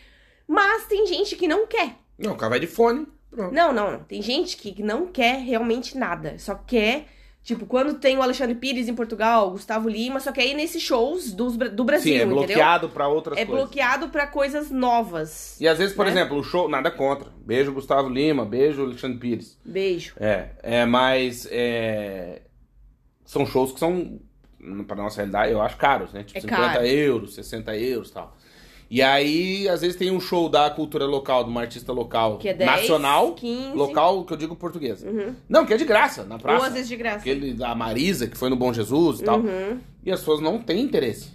Speaker 3: Mas tem gente que não quer.
Speaker 1: Não, o cara vai de fone, pronto.
Speaker 3: Não, não, não. Tem gente que não quer realmente nada. Só quer. Tipo, quando tem o Alexandre Pires em Portugal, o Gustavo Lima, só quer ir nesses shows dos, Bra- do Brasil,
Speaker 1: Sim, é
Speaker 3: entendeu?
Speaker 1: bloqueado pra outras
Speaker 3: É
Speaker 1: coisas.
Speaker 3: bloqueado pra coisas novas.
Speaker 1: E às vezes, por
Speaker 3: né?
Speaker 1: exemplo, o show, nada contra. Beijo Gustavo Lima, beijo Alexandre Pires.
Speaker 3: Beijo.
Speaker 1: É, é mas é, são shows que são no- pra nossa realidade, eu acho caros, né? Tipo,
Speaker 3: É
Speaker 1: 50
Speaker 3: caro.
Speaker 1: euros, 60 euros e tal. E aí, às vezes, tem um show da cultura local, de uma artista local
Speaker 3: Que é 10,
Speaker 1: nacional.
Speaker 3: 15.
Speaker 1: Local que eu digo portuguesa.
Speaker 3: Uhum.
Speaker 1: Não, que é de graça, na praça.
Speaker 3: Ou às vezes de graça.
Speaker 1: Aquele da Marisa, que foi no Bom Jesus e tal.
Speaker 3: Uhum.
Speaker 1: E as pessoas não têm interesse.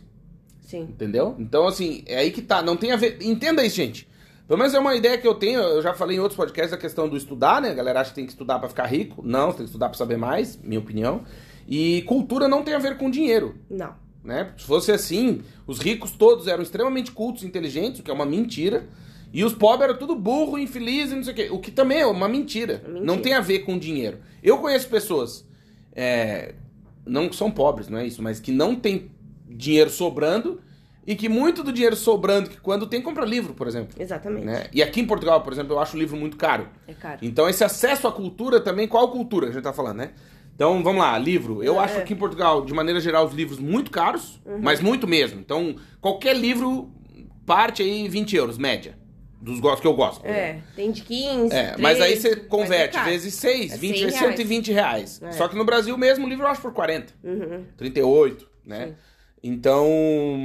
Speaker 3: Sim.
Speaker 1: Entendeu? Então, assim, é aí que tá. Não tem a ver. Entenda isso, gente. Pelo menos é uma ideia que eu tenho. Eu já falei em outros podcasts a questão do estudar, né? A galera acha que tem que estudar pra ficar rico. Não, você tem que estudar pra saber mais, minha opinião. E cultura não tem a ver com dinheiro,
Speaker 3: Não.
Speaker 1: né? Se fosse assim, os ricos todos eram extremamente cultos e inteligentes, o que é uma mentira. E os pobres eram tudo burro, infeliz e não sei o quê. O que também é uma mentira.
Speaker 3: É mentira.
Speaker 1: Não tem a ver com dinheiro. Eu conheço pessoas, é, não que são pobres, não é isso, mas que não tem dinheiro sobrando e que muito do dinheiro sobrando que quando tem, compra livro, por exemplo.
Speaker 3: Exatamente.
Speaker 1: né? E aqui em Portugal, por exemplo, eu acho o livro muito caro.
Speaker 3: É caro.
Speaker 1: Então, esse acesso à cultura também, qual cultura a gente tá falando, né? Então, vamos lá, livro. Eu
Speaker 3: É. Uhum.
Speaker 1: acho aqui em Portugal, de maneira geral, os livros muito caros, mas muito mesmo. Então, qualquer livro parte aí 20 euros, média. Dos gostos que eu gosto. por exemplo.
Speaker 3: É, tem de 15.
Speaker 1: Então, É, mas aí
Speaker 3: 13,
Speaker 1: você
Speaker 3: mas é
Speaker 1: converte
Speaker 3: caro.
Speaker 1: vezes 6,
Speaker 3: É 100
Speaker 1: 20 vezes
Speaker 3: reais.
Speaker 1: 120 reais.
Speaker 3: É.
Speaker 1: Só que no Brasil mesmo o livro eu acho por 40,
Speaker 3: Uhum.
Speaker 1: 38, né?
Speaker 3: Sim.
Speaker 1: Então.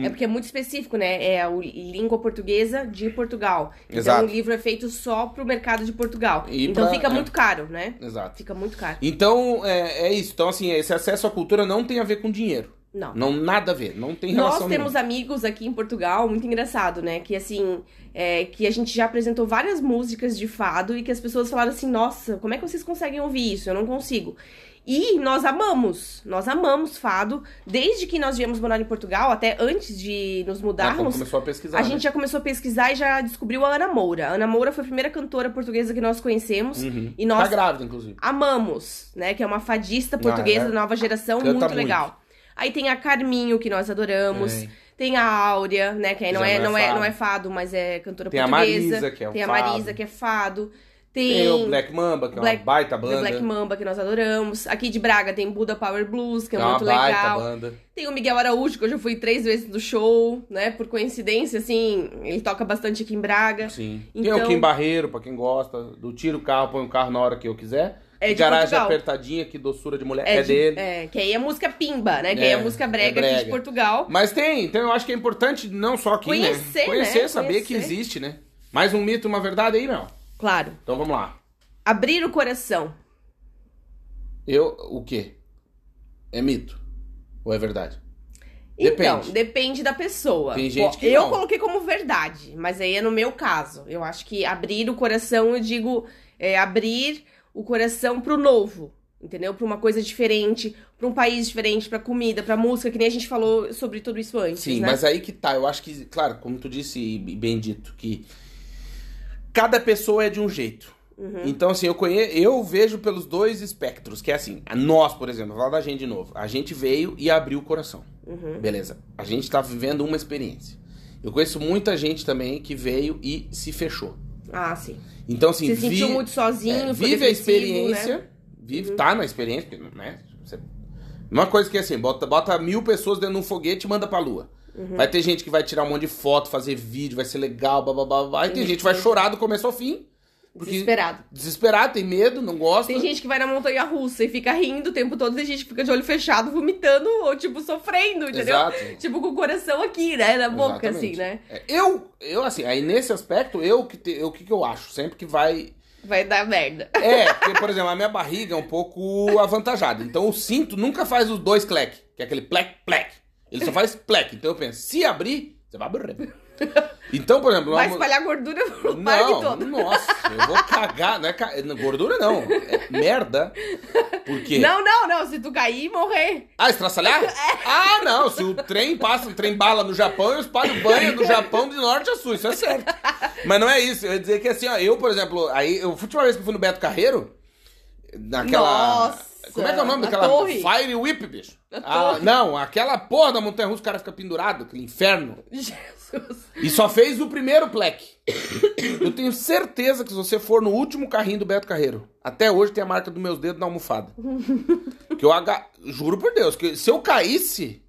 Speaker 3: É porque é muito específico, né? É a o- língua portuguesa de Portugal.
Speaker 1: Exato.
Speaker 3: Então o livro é feito só pro mercado de Portugal.
Speaker 1: E
Speaker 3: então
Speaker 1: pra-
Speaker 3: fica
Speaker 1: é.
Speaker 3: muito caro, né?
Speaker 1: Exato.
Speaker 3: Fica muito caro.
Speaker 1: Então, é, é isso. Então, assim, esse acesso à cultura não tem a ver com dinheiro.
Speaker 3: Não.
Speaker 1: Não, nada a ver. Não tem relação
Speaker 3: Nós temos amigos aqui em Portugal, muito engraçado, né? Que assim, é, que a gente já apresentou várias músicas de fado e que as pessoas falaram assim: nossa, como é que vocês conseguem ouvir isso? Eu não consigo. E nós amamos, nós amamos fado. Desde que nós viemos morar em Portugal, até antes de nos
Speaker 1: Ah, quando
Speaker 3: mudarmos,
Speaker 1: começou a pesquisar.
Speaker 3: a
Speaker 1: né?
Speaker 3: gente já começou a pesquisar e já descobriu a Ana Moura. A Ana Moura foi a primeira cantora portuguesa que nós conhecemos
Speaker 1: Uhum.
Speaker 3: e nós
Speaker 1: Tá grávida, inclusive.
Speaker 3: amamos, né? Que é uma fadista portuguesa
Speaker 1: Ah, é.
Speaker 3: da nova geração,
Speaker 1: Canta
Speaker 3: muito
Speaker 1: muito.
Speaker 3: legal. Aí tem a Carminho, que nós adoramos.
Speaker 1: É.
Speaker 3: Tem a Áurea, né? Que aí não,
Speaker 1: Já
Speaker 3: é, não, é,
Speaker 1: fado.
Speaker 3: não é fado, mas é cantora
Speaker 1: Tem a
Speaker 3: portuguesa.
Speaker 1: Marisa, que é um
Speaker 3: Tem a
Speaker 1: fado.
Speaker 3: Marisa, que é fado. Tem,
Speaker 1: Tem o Black Mamba, que é
Speaker 3: Black-
Speaker 1: uma baita
Speaker 3: The
Speaker 1: banda.
Speaker 3: Black Mamba, que nós adoramos. Aqui de Braga tem Buda Power Blues, que é,
Speaker 1: é uma
Speaker 3: muito
Speaker 1: baita
Speaker 3: legal.
Speaker 1: banda.
Speaker 3: Tem o Miguel Araújo, que eu já fui três vezes no show, né? Por coincidência, assim, ele toca bastante aqui em Braga.
Speaker 1: Sim. Tem
Speaker 3: Então-
Speaker 1: o Kim Barreiro, pra quem gosta. Do tiro o carro, põe o carro na hora que eu quiser.
Speaker 3: É de
Speaker 1: Garagem
Speaker 3: Portugal.
Speaker 1: apertadinha, que doçura de mulher. É,
Speaker 3: de-
Speaker 1: dele.
Speaker 3: É, que aí é música pimba, né? Que aí é
Speaker 1: É,
Speaker 3: música
Speaker 1: é
Speaker 3: brega, aqui de
Speaker 1: brega.
Speaker 3: Portugal.
Speaker 1: Mas tem, então eu acho que é importante não só aqui,
Speaker 3: Conhecer, né?
Speaker 1: né? Conhecer, saber que
Speaker 3: Conhecer.
Speaker 1: existe, né? Mais um mito, uma verdade aí, meu.
Speaker 3: Claro.
Speaker 1: Então vamos lá.
Speaker 3: Abrir o coração.
Speaker 1: Eu, o quê? É mito? Ou é verdade?
Speaker 3: Então,
Speaker 1: Depende.
Speaker 3: depende da pessoa.
Speaker 1: Tem gente
Speaker 3: Ó,
Speaker 1: que
Speaker 3: eu
Speaker 1: não.
Speaker 3: coloquei como verdade, mas aí é no meu caso. Eu acho que abrir o coração, eu digo é, abrir o coração pro novo, entendeu? Pra uma coisa diferente, pra um país diferente, pra comida, pra música, que nem a gente falou sobre tudo isso antes,
Speaker 1: Sim,
Speaker 3: né?
Speaker 1: mas aí que tá. Eu acho que, claro, como tu disse e bem dito, que cada pessoa é de um jeito.
Speaker 3: Uhum.
Speaker 1: Então, assim, eu, conhe... eu vejo pelos dois espectros, que é assim, a nós, por exemplo, vou falar da gente de novo. A gente veio e abriu o coração.
Speaker 3: Uhum.
Speaker 1: Beleza. A gente tá vivendo uma experiência. Eu conheço muita gente também que veio e se fechou.
Speaker 3: Ah, sim.
Speaker 1: Então, assim,
Speaker 3: Se sentiu
Speaker 1: vi-
Speaker 3: muito sozinho,
Speaker 1: é,
Speaker 3: foi
Speaker 1: vive a
Speaker 3: depressivo,
Speaker 1: experiência,
Speaker 3: né?
Speaker 1: vive, tá na experiência, porque, né? Você- Uma coisa que é assim, bota, bota mil pessoas dentro de um foguete e manda pra lua.
Speaker 3: Uhum.
Speaker 1: Vai ter gente que vai tirar um monte de foto, fazer vídeo, vai ser legal, blá, blá, blá, blá. E tem gente que vai chorar do começo ao fim. Porque
Speaker 3: Desesperado.
Speaker 1: desesperado, tem medo, não gosta.
Speaker 3: Tem gente que vai na montanha russa e fica rindo o tempo todo, tem gente que fica de olho fechado, vomitando ou, tipo, sofrendo, entendeu?
Speaker 1: Exato.
Speaker 3: Tipo, com o coração aqui, né? Na boca,
Speaker 1: Exatamente.
Speaker 3: assim, né?
Speaker 1: É, Eu, eu, assim, aí nesse aspecto, eu que te- eu- o que, que eu acho? Sempre que vai
Speaker 3: Vai dar merda.
Speaker 1: É, porque, por exemplo, a minha barriga é um pouco avantajada. Então o cinto nunca faz os dois clec, que é aquele plec, plec. Ele só faz plec. Então eu penso, se abrir, você vai abrir. Então, por exemplo,
Speaker 3: Vai
Speaker 1: uma-
Speaker 3: espalhar gordura pro parque
Speaker 1: não,
Speaker 3: todo.
Speaker 1: nossa, eu vou cagar, não é ca... gordura não, é merda. Por quê?
Speaker 3: Não, não, não. Se tu cair, morrer.
Speaker 1: Ah, estraçalhar?
Speaker 3: É.
Speaker 1: Ah, não, se o trem passa, o trem bala no Japão, eu espalho banho do Japão de norte a sul, isso é certo. Mas não é isso, eu ia dizer que assim, ó, eu, por exemplo, aí, eu, a última vez que eu fui no Beto Carreiro, naquela...
Speaker 3: Nossa,
Speaker 1: como é que é o nome
Speaker 3: a
Speaker 1: daquela?
Speaker 3: torre?
Speaker 1: Fire Whip, bicho.
Speaker 3: torre.
Speaker 1: Ah, não, aquela porra da montanha russa, o cara fica pendurado, aquele inferno.
Speaker 3: Jesus.
Speaker 1: E só fez o primeiro pleque. Eu tenho certeza que se você for no último carrinho do Beto Carreiro, até hoje tem a marca dos meus dedos na almofada. Que eu aga... juro por Deus, que se eu caísse,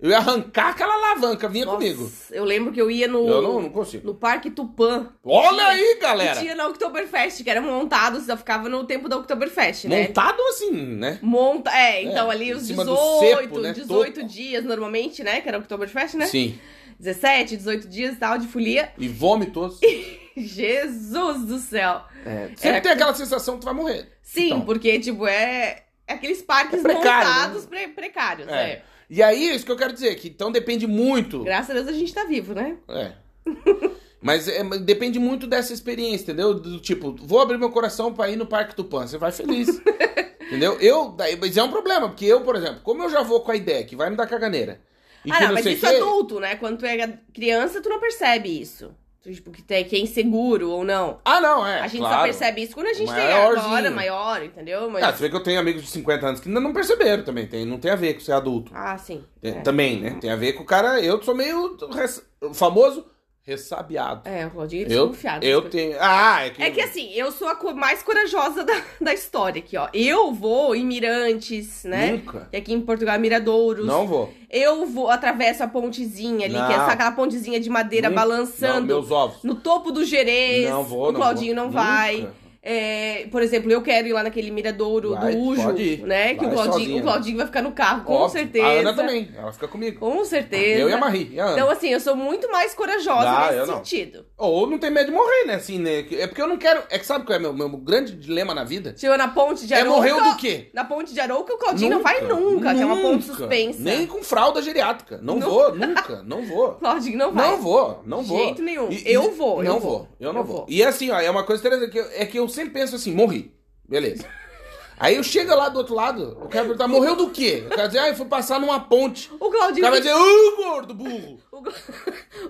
Speaker 1: Eu ia arrancar aquela alavanca, vinha
Speaker 3: Nossa,
Speaker 1: comigo.
Speaker 3: Eu lembro que eu ia no.
Speaker 1: Eu não, não consigo.
Speaker 3: No Parque Tupã.
Speaker 1: Olha aí,
Speaker 3: Que
Speaker 1: galera!
Speaker 3: tinha na Oktoberfest, que era montado, você ficava no tempo da Oktoberfest, né?
Speaker 1: Montado assim, né?
Speaker 3: Monta. É, então
Speaker 1: É,
Speaker 3: ali
Speaker 1: em
Speaker 3: os
Speaker 1: cima do
Speaker 3: 18,
Speaker 1: cepo, né?
Speaker 3: 18
Speaker 1: Topo.
Speaker 3: dias normalmente, né? Que era Oktoberfest, né?
Speaker 1: Sim.
Speaker 3: 17, 18 dias e tal, de folia.
Speaker 1: E vômitos.
Speaker 3: Jesus do céu.
Speaker 1: É, sempre
Speaker 3: É.
Speaker 1: tem aquela sensação que tu vai morrer.
Speaker 3: Sim,
Speaker 1: Então.
Speaker 3: porque, tipo, é. é Aqueles parques
Speaker 1: É precário,
Speaker 3: montados pre- precários,
Speaker 1: É.
Speaker 3: é.
Speaker 1: E aí, isso que eu quero dizer, que então depende muito.
Speaker 3: Graças a Deus a gente tá vivo, né?
Speaker 1: É. Mas é, mas depende muito dessa experiência, entendeu? Do tipo, vou abrir meu coração pra ir no Parque Tupã. Você vai feliz. entendeu? Eu, daí, mas é um problema, porque eu, por exemplo, como eu já vou com a ideia que vai me dar caganeira. E
Speaker 3: ah,
Speaker 1: que
Speaker 3: não, mas
Speaker 1: sei
Speaker 3: isso
Speaker 1: quê,
Speaker 3: é adulto, né? Quando tu é criança, tu não percebe isso. Tu, tipo, que, tem, que é inseguro ou não.
Speaker 1: Ah, não, é.
Speaker 3: a gente
Speaker 1: claro.
Speaker 3: só percebe isso quando a gente tem
Speaker 1: Maiorzinho.
Speaker 3: agora, maior, entendeu? Mas...
Speaker 1: Ah, você vê que eu tenho amigos de 50 anos que ainda não perceberam também. Tem, não tem a ver com ser adulto.
Speaker 3: Ah, sim.
Speaker 1: Tem-
Speaker 3: É.
Speaker 1: Também, né? Tem a ver com o cara. Eu sou meio res- famoso ressabiado.
Speaker 3: É, o Claudinho é
Speaker 1: eu
Speaker 3: desconfiado.
Speaker 1: eu tenho. Ah, é que.
Speaker 3: É que assim, eu sou a co- mais corajosa da, da história aqui, ó. Eu vou em Mirantes, né?
Speaker 1: Nunca.
Speaker 3: Que aqui em Portugal é Miradouros.
Speaker 1: Não vou.
Speaker 3: Eu vou, atravesso a pontezinha ali, que é
Speaker 1: Não.
Speaker 3: essa- aquela pontezinha de madeira
Speaker 1: Nunca. Não,
Speaker 3: balançando.
Speaker 1: meus ovos.
Speaker 3: No topo do Jerez.
Speaker 1: Não vou,
Speaker 3: o
Speaker 1: não
Speaker 3: Claudinho
Speaker 1: vou.
Speaker 3: não vai.
Speaker 1: Nunca.
Speaker 3: É, por exemplo, eu quero ir lá naquele miradouro
Speaker 1: Vai,
Speaker 3: do Ujo,
Speaker 1: pode ir.
Speaker 3: né? Que o
Speaker 1: Vai
Speaker 3: Claudinho,
Speaker 1: sozinha.
Speaker 3: o Claudinho vai ficar no carro, com
Speaker 1: Óbvio.
Speaker 3: certeza.
Speaker 1: A Ana também. Ela fica comigo.
Speaker 3: Com certeza.
Speaker 1: Eu e a Marie. e a Ana.
Speaker 3: Então, assim, eu sou muito mais corajosa
Speaker 1: Não, eu
Speaker 3: nesse
Speaker 1: não.
Speaker 3: sentido.
Speaker 1: Ou não tem medo de morrer, né? Assim, né? É porque eu não quero. É que sabe qual é meu, meu grande dilema na vida?
Speaker 3: Chegou Tipo, na ponte de
Speaker 1: É
Speaker 3: Arouca.
Speaker 1: morrer do quê?
Speaker 3: Na ponte de Arouca, o Claudinho não vai nunca, que é uma ponte
Speaker 1: Nunca.
Speaker 3: suspensa.
Speaker 1: Nem com fralda geriátrica. Não
Speaker 3: Nunca.
Speaker 1: vou, nunca, não vou.
Speaker 3: Claudinho não vai.
Speaker 1: Não vou, não vou.
Speaker 3: De jeito nenhum. Eu vou, eu
Speaker 1: não
Speaker 3: vou.
Speaker 1: eu não
Speaker 3: Eu
Speaker 1: vou.
Speaker 3: vou.
Speaker 1: E assim, ó, é uma coisa interessante, que eu- é que eu sempre penso assim, morri. Beleza. Aí eu chego lá do outro lado, o cara perguntar, morreu do quê? O cara dizer, ah, eu fui passar numa ponte.
Speaker 3: O
Speaker 1: O
Speaker 3: Claudinho,
Speaker 1: cara vai dizer, uh, gordo, burro.
Speaker 3: o Cla-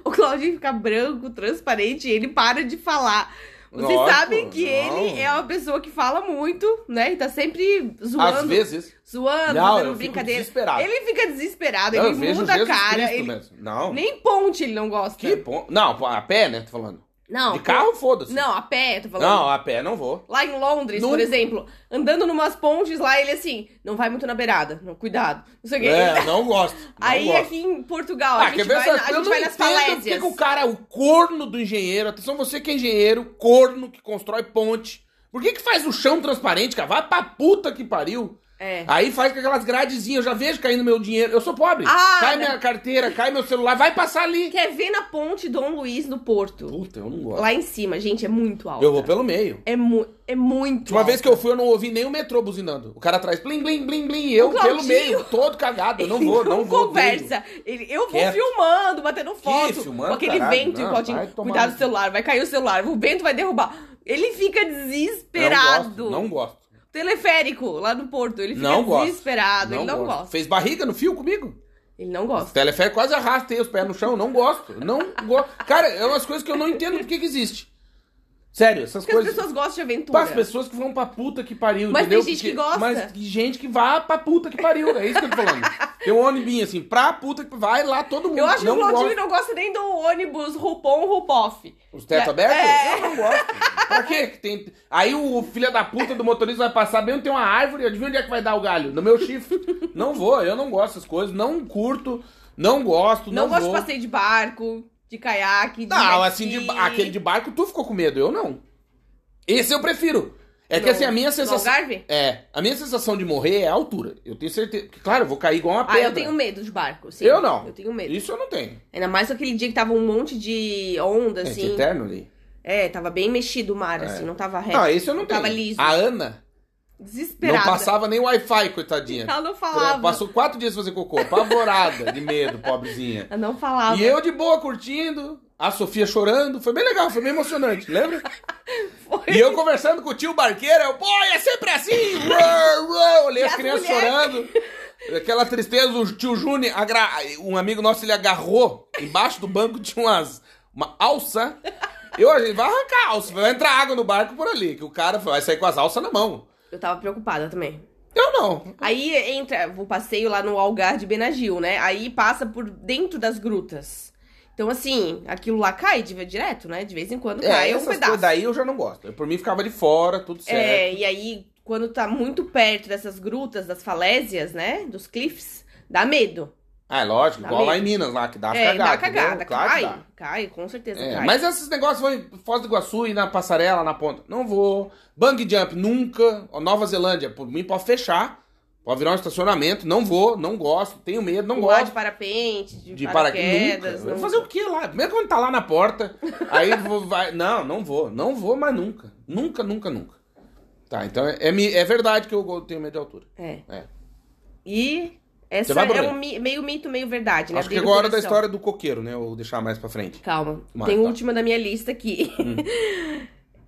Speaker 3: o Claudinho fica branco, transparente, e ele para de falar. Vocês
Speaker 1: Lógico,
Speaker 3: sabem que
Speaker 1: não.
Speaker 3: ele é uma pessoa que fala muito, né? E tá sempre zoando.
Speaker 1: Às vezes.
Speaker 3: Zoando,
Speaker 1: Não, eu
Speaker 3: fazendo
Speaker 1: fico
Speaker 3: brincadeira.
Speaker 1: desesperado.
Speaker 3: Ele fica desesperado,
Speaker 1: Não, eu
Speaker 3: ele
Speaker 1: vejo
Speaker 3: muda a
Speaker 1: Jesus
Speaker 3: cara.
Speaker 1: Cristo
Speaker 3: Ele...
Speaker 1: mesmo. Não.
Speaker 3: Nem ponte ele não gosta.
Speaker 1: Que pon- Não, a pé, né? Tô falando.
Speaker 3: Não.
Speaker 1: de carro, foda-se.
Speaker 3: Não, a pé, tô falando.
Speaker 1: Não, a pé não vou.
Speaker 3: Lá em Londres, por
Speaker 1: Nunca.
Speaker 3: exemplo, andando numas pontes lá, ele assim, não vai muito na beirada, não, cuidado, não sei o quê.
Speaker 1: É, não gosto. Não
Speaker 3: Aí
Speaker 1: gosto.
Speaker 3: aqui em Portugal, a
Speaker 1: Ah, quer
Speaker 3: gente
Speaker 1: ver
Speaker 3: vai,
Speaker 1: essas
Speaker 3: na- a
Speaker 1: coisas?
Speaker 3: gente
Speaker 1: Eu
Speaker 3: vai
Speaker 1: não
Speaker 3: nas
Speaker 1: entendo por que
Speaker 3: falésias.
Speaker 1: que o cara, é o corno do engenheiro, atenção, você que é engenheiro, corno que constrói ponte. Por que que faz o chão transparente, cara? Vai pra puta que pariu.
Speaker 3: É.
Speaker 1: Aí faz com aquelas gradezinhas, eu já vejo caindo meu dinheiro. Eu sou pobre.
Speaker 3: Ah,
Speaker 1: cai
Speaker 3: não.
Speaker 1: minha carteira, cai meu celular, vai passar ali.
Speaker 3: Quer é ver na ponte Dom Luiz no Porto?
Speaker 1: Puta, eu não gosto.
Speaker 3: Lá em cima, gente, é muito alto.
Speaker 1: Eu vou pelo meio.
Speaker 3: É, mu é muito
Speaker 1: Uma
Speaker 3: alta.
Speaker 1: vez que eu fui, eu não ouvi nem o metrô buzinando. O cara atrás, blim, blim, blim, blim, e eu
Speaker 3: O
Speaker 1: pelo
Speaker 3: Claudinho.
Speaker 1: meio, todo cagado. Eu não
Speaker 3: Ele
Speaker 1: vou, não, vou.
Speaker 3: conversa. Ele, eu vou
Speaker 1: Quieto.
Speaker 3: filmando, batendo foto.
Speaker 1: filmando,
Speaker 3: com aquele
Speaker 1: caralho,
Speaker 3: vento e o
Speaker 1: não, vai
Speaker 3: Claudinho.
Speaker 1: tomar
Speaker 3: tipo, Cuidado
Speaker 1: no
Speaker 3: do celular, vai cair o celular. O vento vai derrubar. Ele fica
Speaker 1: odeio.
Speaker 3: desesperado.
Speaker 1: Não gosto, não gosto.
Speaker 3: Teleférico lá no Porto. Ele fica
Speaker 1: Não gosto.
Speaker 3: desesperado. ele não
Speaker 1: gosto.
Speaker 3: gosta.
Speaker 1: Fez barriga no fio comigo?
Speaker 3: Ele não
Speaker 1: O
Speaker 3: gosta.
Speaker 1: teleférico quase arrasta aí os pés no chão. Não gosto. Não gosto. Cara, é umas coisas que eu não entendo por que que existe. Sério, essas
Speaker 3: Porque as
Speaker 1: coisas.
Speaker 3: pessoas gostam de aventura.
Speaker 1: Para as pessoas que vão pra puta que pariu,
Speaker 3: Mas
Speaker 1: entendeu?
Speaker 3: tem gente
Speaker 1: Porque-
Speaker 3: que gosta.
Speaker 1: Mas tem gente que vá pra puta que pariu, é isso que eu tô falando. Tem um ônibinho assim, pra puta que vai lá todo mundo.
Speaker 3: Eu acho que
Speaker 1: não
Speaker 3: o Claudinho
Speaker 1: gosto.
Speaker 3: não gosta nem do ônibus Rupon Rupoff.
Speaker 1: Os tetos abertos?
Speaker 3: É.
Speaker 1: Eu não gosto. Pra quê? que tem... Aí o filho da puta do motorista vai passar bem onde tem uma árvore, adivinha onde é que vai dar o galho? No meu chifre. Não vou, eu não gosto dessas coisas, não curto, não gosto,
Speaker 3: Não,
Speaker 1: Tipo, não,
Speaker 3: gosta
Speaker 1: vou.
Speaker 3: de passeio de barco, de caiaque, de.
Speaker 1: Não, assim, de
Speaker 3: esqui.
Speaker 1: ba- aquele de barco tu ficou com medo, eu não. Esse eu prefiro. É que
Speaker 3: No-
Speaker 1: assim, a minha
Speaker 3: no
Speaker 1: sensação...
Speaker 3: Algarve?
Speaker 1: É, a minha sensação de morrer é a altura. Eu tenho certeza. Porque, claro, eu vou cair igual uma
Speaker 3: Ah,
Speaker 1: pedra.
Speaker 3: eu tenho medo de barco. Sim.
Speaker 1: Eu não.
Speaker 3: Eu tenho medo.
Speaker 1: Isso eu não tenho.
Speaker 3: Ainda mais aquele dia que tava um monte de onda,
Speaker 1: É,
Speaker 3: assim.
Speaker 1: eterno ali.
Speaker 3: É, tava bem mexido o mar, assim, não tava reto.
Speaker 1: É. Não, esse eu não tenho.
Speaker 3: Tava liso.
Speaker 1: A Ana
Speaker 3: Desesperada.
Speaker 1: não passava nem Wi-Fi, coitadinha.
Speaker 3: Ela não falava.
Speaker 1: Passou quatro dias sem fazer cocô, apavorada, de medo, pobrezinha.
Speaker 3: Ela não falava.
Speaker 1: E eu de boa, curtindo, a Sofia chorando, foi bem legal, foi bem emocionante, lembra?
Speaker 3: Foi.
Speaker 1: E eu conversando com o tio barqueiro, eu, pô, é sempre assim! uau, uau", Olhei
Speaker 3: E
Speaker 1: as
Speaker 3: as
Speaker 1: crianças
Speaker 3: mulheres?
Speaker 1: chorando. Aquela tristeza, o tio Júnior, agra- um amigo nosso, ele agarrou, embaixo do banco tinha umas, uma alça. Eu, a gente vai arrancar a alça, vai entrar água no barco por ali, que o cara vai sair com as alças na mão.
Speaker 3: Eu tava preocupada também.
Speaker 1: Eu não.
Speaker 3: Aí entra o passeio lá no Algar de Benagil, né? Aí passa por dentro das grutas. Então, assim, aquilo lá cai de, direto, né? De vez em quando cai um
Speaker 1: É, essas
Speaker 3: pedaço.
Speaker 1: coisas daí eu já não gosto. Eu, por mim ficava de fora, tudo certo.
Speaker 3: É, e aí, quando tá muito perto dessas grutas, das falésias, né? Dos cliffs, dá medo.
Speaker 1: Ah, é lógico,
Speaker 3: Dá
Speaker 1: igual lá em
Speaker 3: medo.
Speaker 1: Minas, lá, que dá
Speaker 3: é,
Speaker 1: cagada.
Speaker 3: dá cagada.
Speaker 1: entendeu? Claro que
Speaker 3: cai,
Speaker 1: dá.
Speaker 3: cai, com certeza
Speaker 1: É,
Speaker 3: cai.
Speaker 1: mas esses negócios vão em Foz do Iguaçu e na passarela, na ponta. Não vou. Bang Jump, nunca. Ó, Nova Zelândia, por mim pode fechar. Pode virar um estacionamento. Não vou, não gosto, tenho medo, não
Speaker 3: Pular de
Speaker 1: gosto.
Speaker 3: parapente, de,
Speaker 1: De
Speaker 3: paraquedas.
Speaker 1: paraquedas. Vou
Speaker 3: não-
Speaker 1: fazer o quê lá? Primeiro quando tá lá na porta, aí vou, vai. Não, não vou. Não vou, mas nunca. Nunca, nunca, nunca. Tá, então é, é mi- é verdade que eu go- tenho medo de altura.
Speaker 3: É.
Speaker 1: É.
Speaker 3: E
Speaker 1: Você
Speaker 3: essa
Speaker 1: vai,
Speaker 3: é
Speaker 1: Bruno?
Speaker 3: um mi- meio mito, meio verdade, né?
Speaker 1: Acho que
Speaker 3: Abrir o
Speaker 1: chegou a hora da
Speaker 3: coração.
Speaker 1: história do coqueiro, né? Eu vou deixar mais pra frente.
Speaker 3: Calma,
Speaker 1: Mas,
Speaker 3: tem o
Speaker 1: tá. Hum.
Speaker 3: último da minha lista aqui.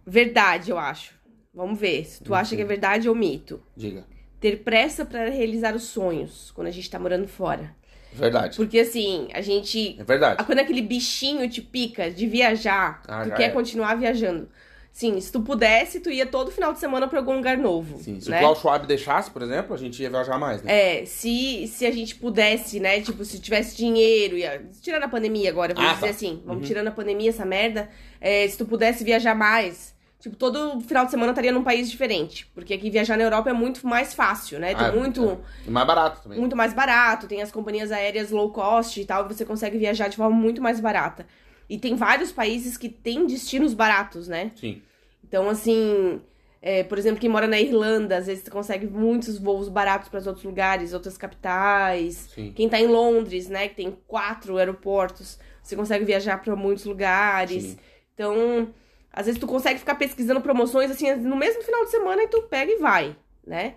Speaker 3: verdade, eu acho. Vamos ver se tu
Speaker 1: Uhum.
Speaker 3: acha que é verdade ou mito.
Speaker 1: Diga.
Speaker 3: Ter pressa pra realizar os sonhos quando a gente tá morando fora.
Speaker 1: É Verdade.
Speaker 3: Porque assim, a gente
Speaker 1: É verdade.
Speaker 3: Ah, Quando aquele bichinho te pica de viajar,
Speaker 1: Ah,
Speaker 3: tu
Speaker 1: já
Speaker 3: quer
Speaker 1: é.
Speaker 3: continuar viajando. Sim, se tu pudesse, tu ia todo final de semana pra algum lugar novo.
Speaker 1: Sim, se
Speaker 3: né?
Speaker 1: o Klaus Schwab deixasse, por exemplo, a gente ia viajar mais, né?
Speaker 3: É, se, se a gente pudesse, né? Tipo, se tivesse dinheiro, ia... tirando a pandemia agora, vamos
Speaker 1: Ah,
Speaker 3: dizer
Speaker 1: tá.
Speaker 3: assim, vamos tirando a pandemia, essa merda. é, se tu pudesse viajar mais. Tipo, todo final de semana eu estaria num país diferente. Porque aqui viajar na Europa é muito mais fácil, né? Tem
Speaker 1: Ah, é,
Speaker 3: muito.
Speaker 1: E mais barato também.
Speaker 3: muito mais barato, tem as companhias aéreas low cost e tal, você consegue viajar de forma muito mais barata. E tem vários países que têm destinos baratos, né?
Speaker 1: Sim.
Speaker 3: Então, assim, é, por exemplo, quem mora na Irlanda, às vezes você consegue muitos voos baratos para outros lugares, outras capitais.
Speaker 1: Sim.
Speaker 3: Quem tá em Londres, né, que tem quatro aeroportos, você consegue viajar para muitos lugares.
Speaker 1: Sim.
Speaker 3: Então, às vezes tu consegue ficar pesquisando promoções assim no mesmo final de semana e tu pega e vai, né?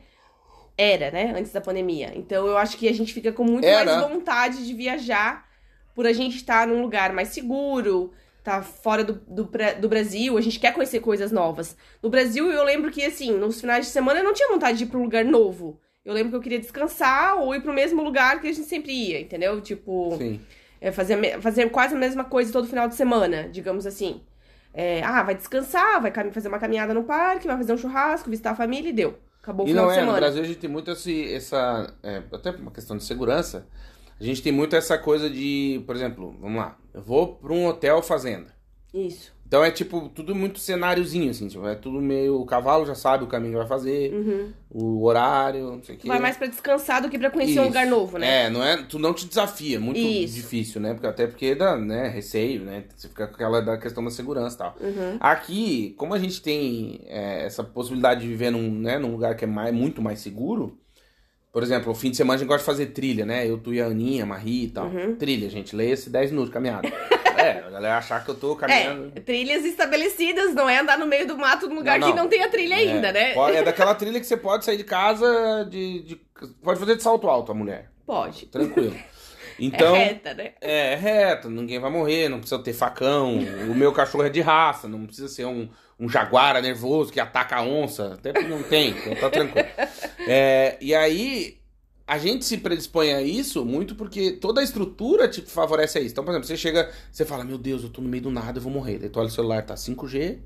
Speaker 3: Era, né, antes da pandemia. Então, eu acho que a gente fica com muito
Speaker 1: Era.
Speaker 3: mais vontade de viajar por a gente estar num lugar mais seguro, tá fora do, do, Bra- do Brasil, a gente quer conhecer coisas novas. No Brasil, eu lembro que, assim, nos finais de semana eu não tinha vontade de ir pra um lugar novo. Eu lembro que eu queria descansar ou ir pro mesmo lugar que a gente sempre ia, entendeu? Tipo,
Speaker 1: Sim.
Speaker 3: é, fazer, a me- fazer quase a mesma coisa todo final de semana, digamos assim. É, ah, vai descansar, vai cami- fazer uma caminhada no parque, vai fazer um churrasco, visitar a família e deu. Acabou o
Speaker 1: E
Speaker 3: final
Speaker 1: não
Speaker 3: de
Speaker 1: é, no
Speaker 3: semana.
Speaker 1: Brasil a gente tem muito esse, essa. é, até por uma questão de segurança. A gente tem muito essa coisa de, por exemplo, vamos lá, eu vou pra um hotel fazenda.
Speaker 3: Isso.
Speaker 1: Então é tipo, tudo muito cenáriozinho, assim, tipo, é tudo meio. O cavalo já sabe o caminho que vai fazer,
Speaker 3: Uhum.
Speaker 1: o horário, não sei o
Speaker 3: Tu
Speaker 1: quê.
Speaker 3: vai mais pra descansar do que pra conhecer um
Speaker 1: Isso.
Speaker 3: lugar novo, né?
Speaker 1: É, não é, tu não te desafia, muito
Speaker 3: Isso.
Speaker 1: difícil, né? Porque até porque dá, né, receio, né? Você fica com aquela da questão da segurança e tal.
Speaker 3: Uhum.
Speaker 1: Aqui, como a gente tem é, essa possibilidade de viver num, né, num lugar que é mais, muito mais seguro, por exemplo, o fim de semana a gente gosta de fazer trilha, né? Eu, tu e a Aninha, a Marie e tal.
Speaker 3: Uhum.
Speaker 1: Trilha, gente, leia-se 10 minutos de caminhada. é, a galera achar que eu tô caminhando.
Speaker 3: É, trilhas estabelecidas, não é andar no meio do mato num lugar
Speaker 1: Não, não.
Speaker 3: que não tenha trilha ainda,
Speaker 1: É,
Speaker 3: né?
Speaker 1: po- É daquela trilha que você pode sair de casa de. de- pode fazer de salto alto a mulher.
Speaker 3: Pode.
Speaker 1: Tranquilo. Então.
Speaker 3: É reta, né?
Speaker 1: É, é reto, ninguém vai morrer, não precisa ter facão. O meu cachorro é de raça, não precisa ser um, um jaguara nervoso que ataca a onça. Até porque não tem, então tá tranquilo. É, e aí, a gente se predispõe a isso muito porque toda a estrutura te favorece a isso. Então, por exemplo, você chega, você fala, meu Deus, eu tô no meio do nada, eu vou morrer. Daí tu olha o celular, tá 5G,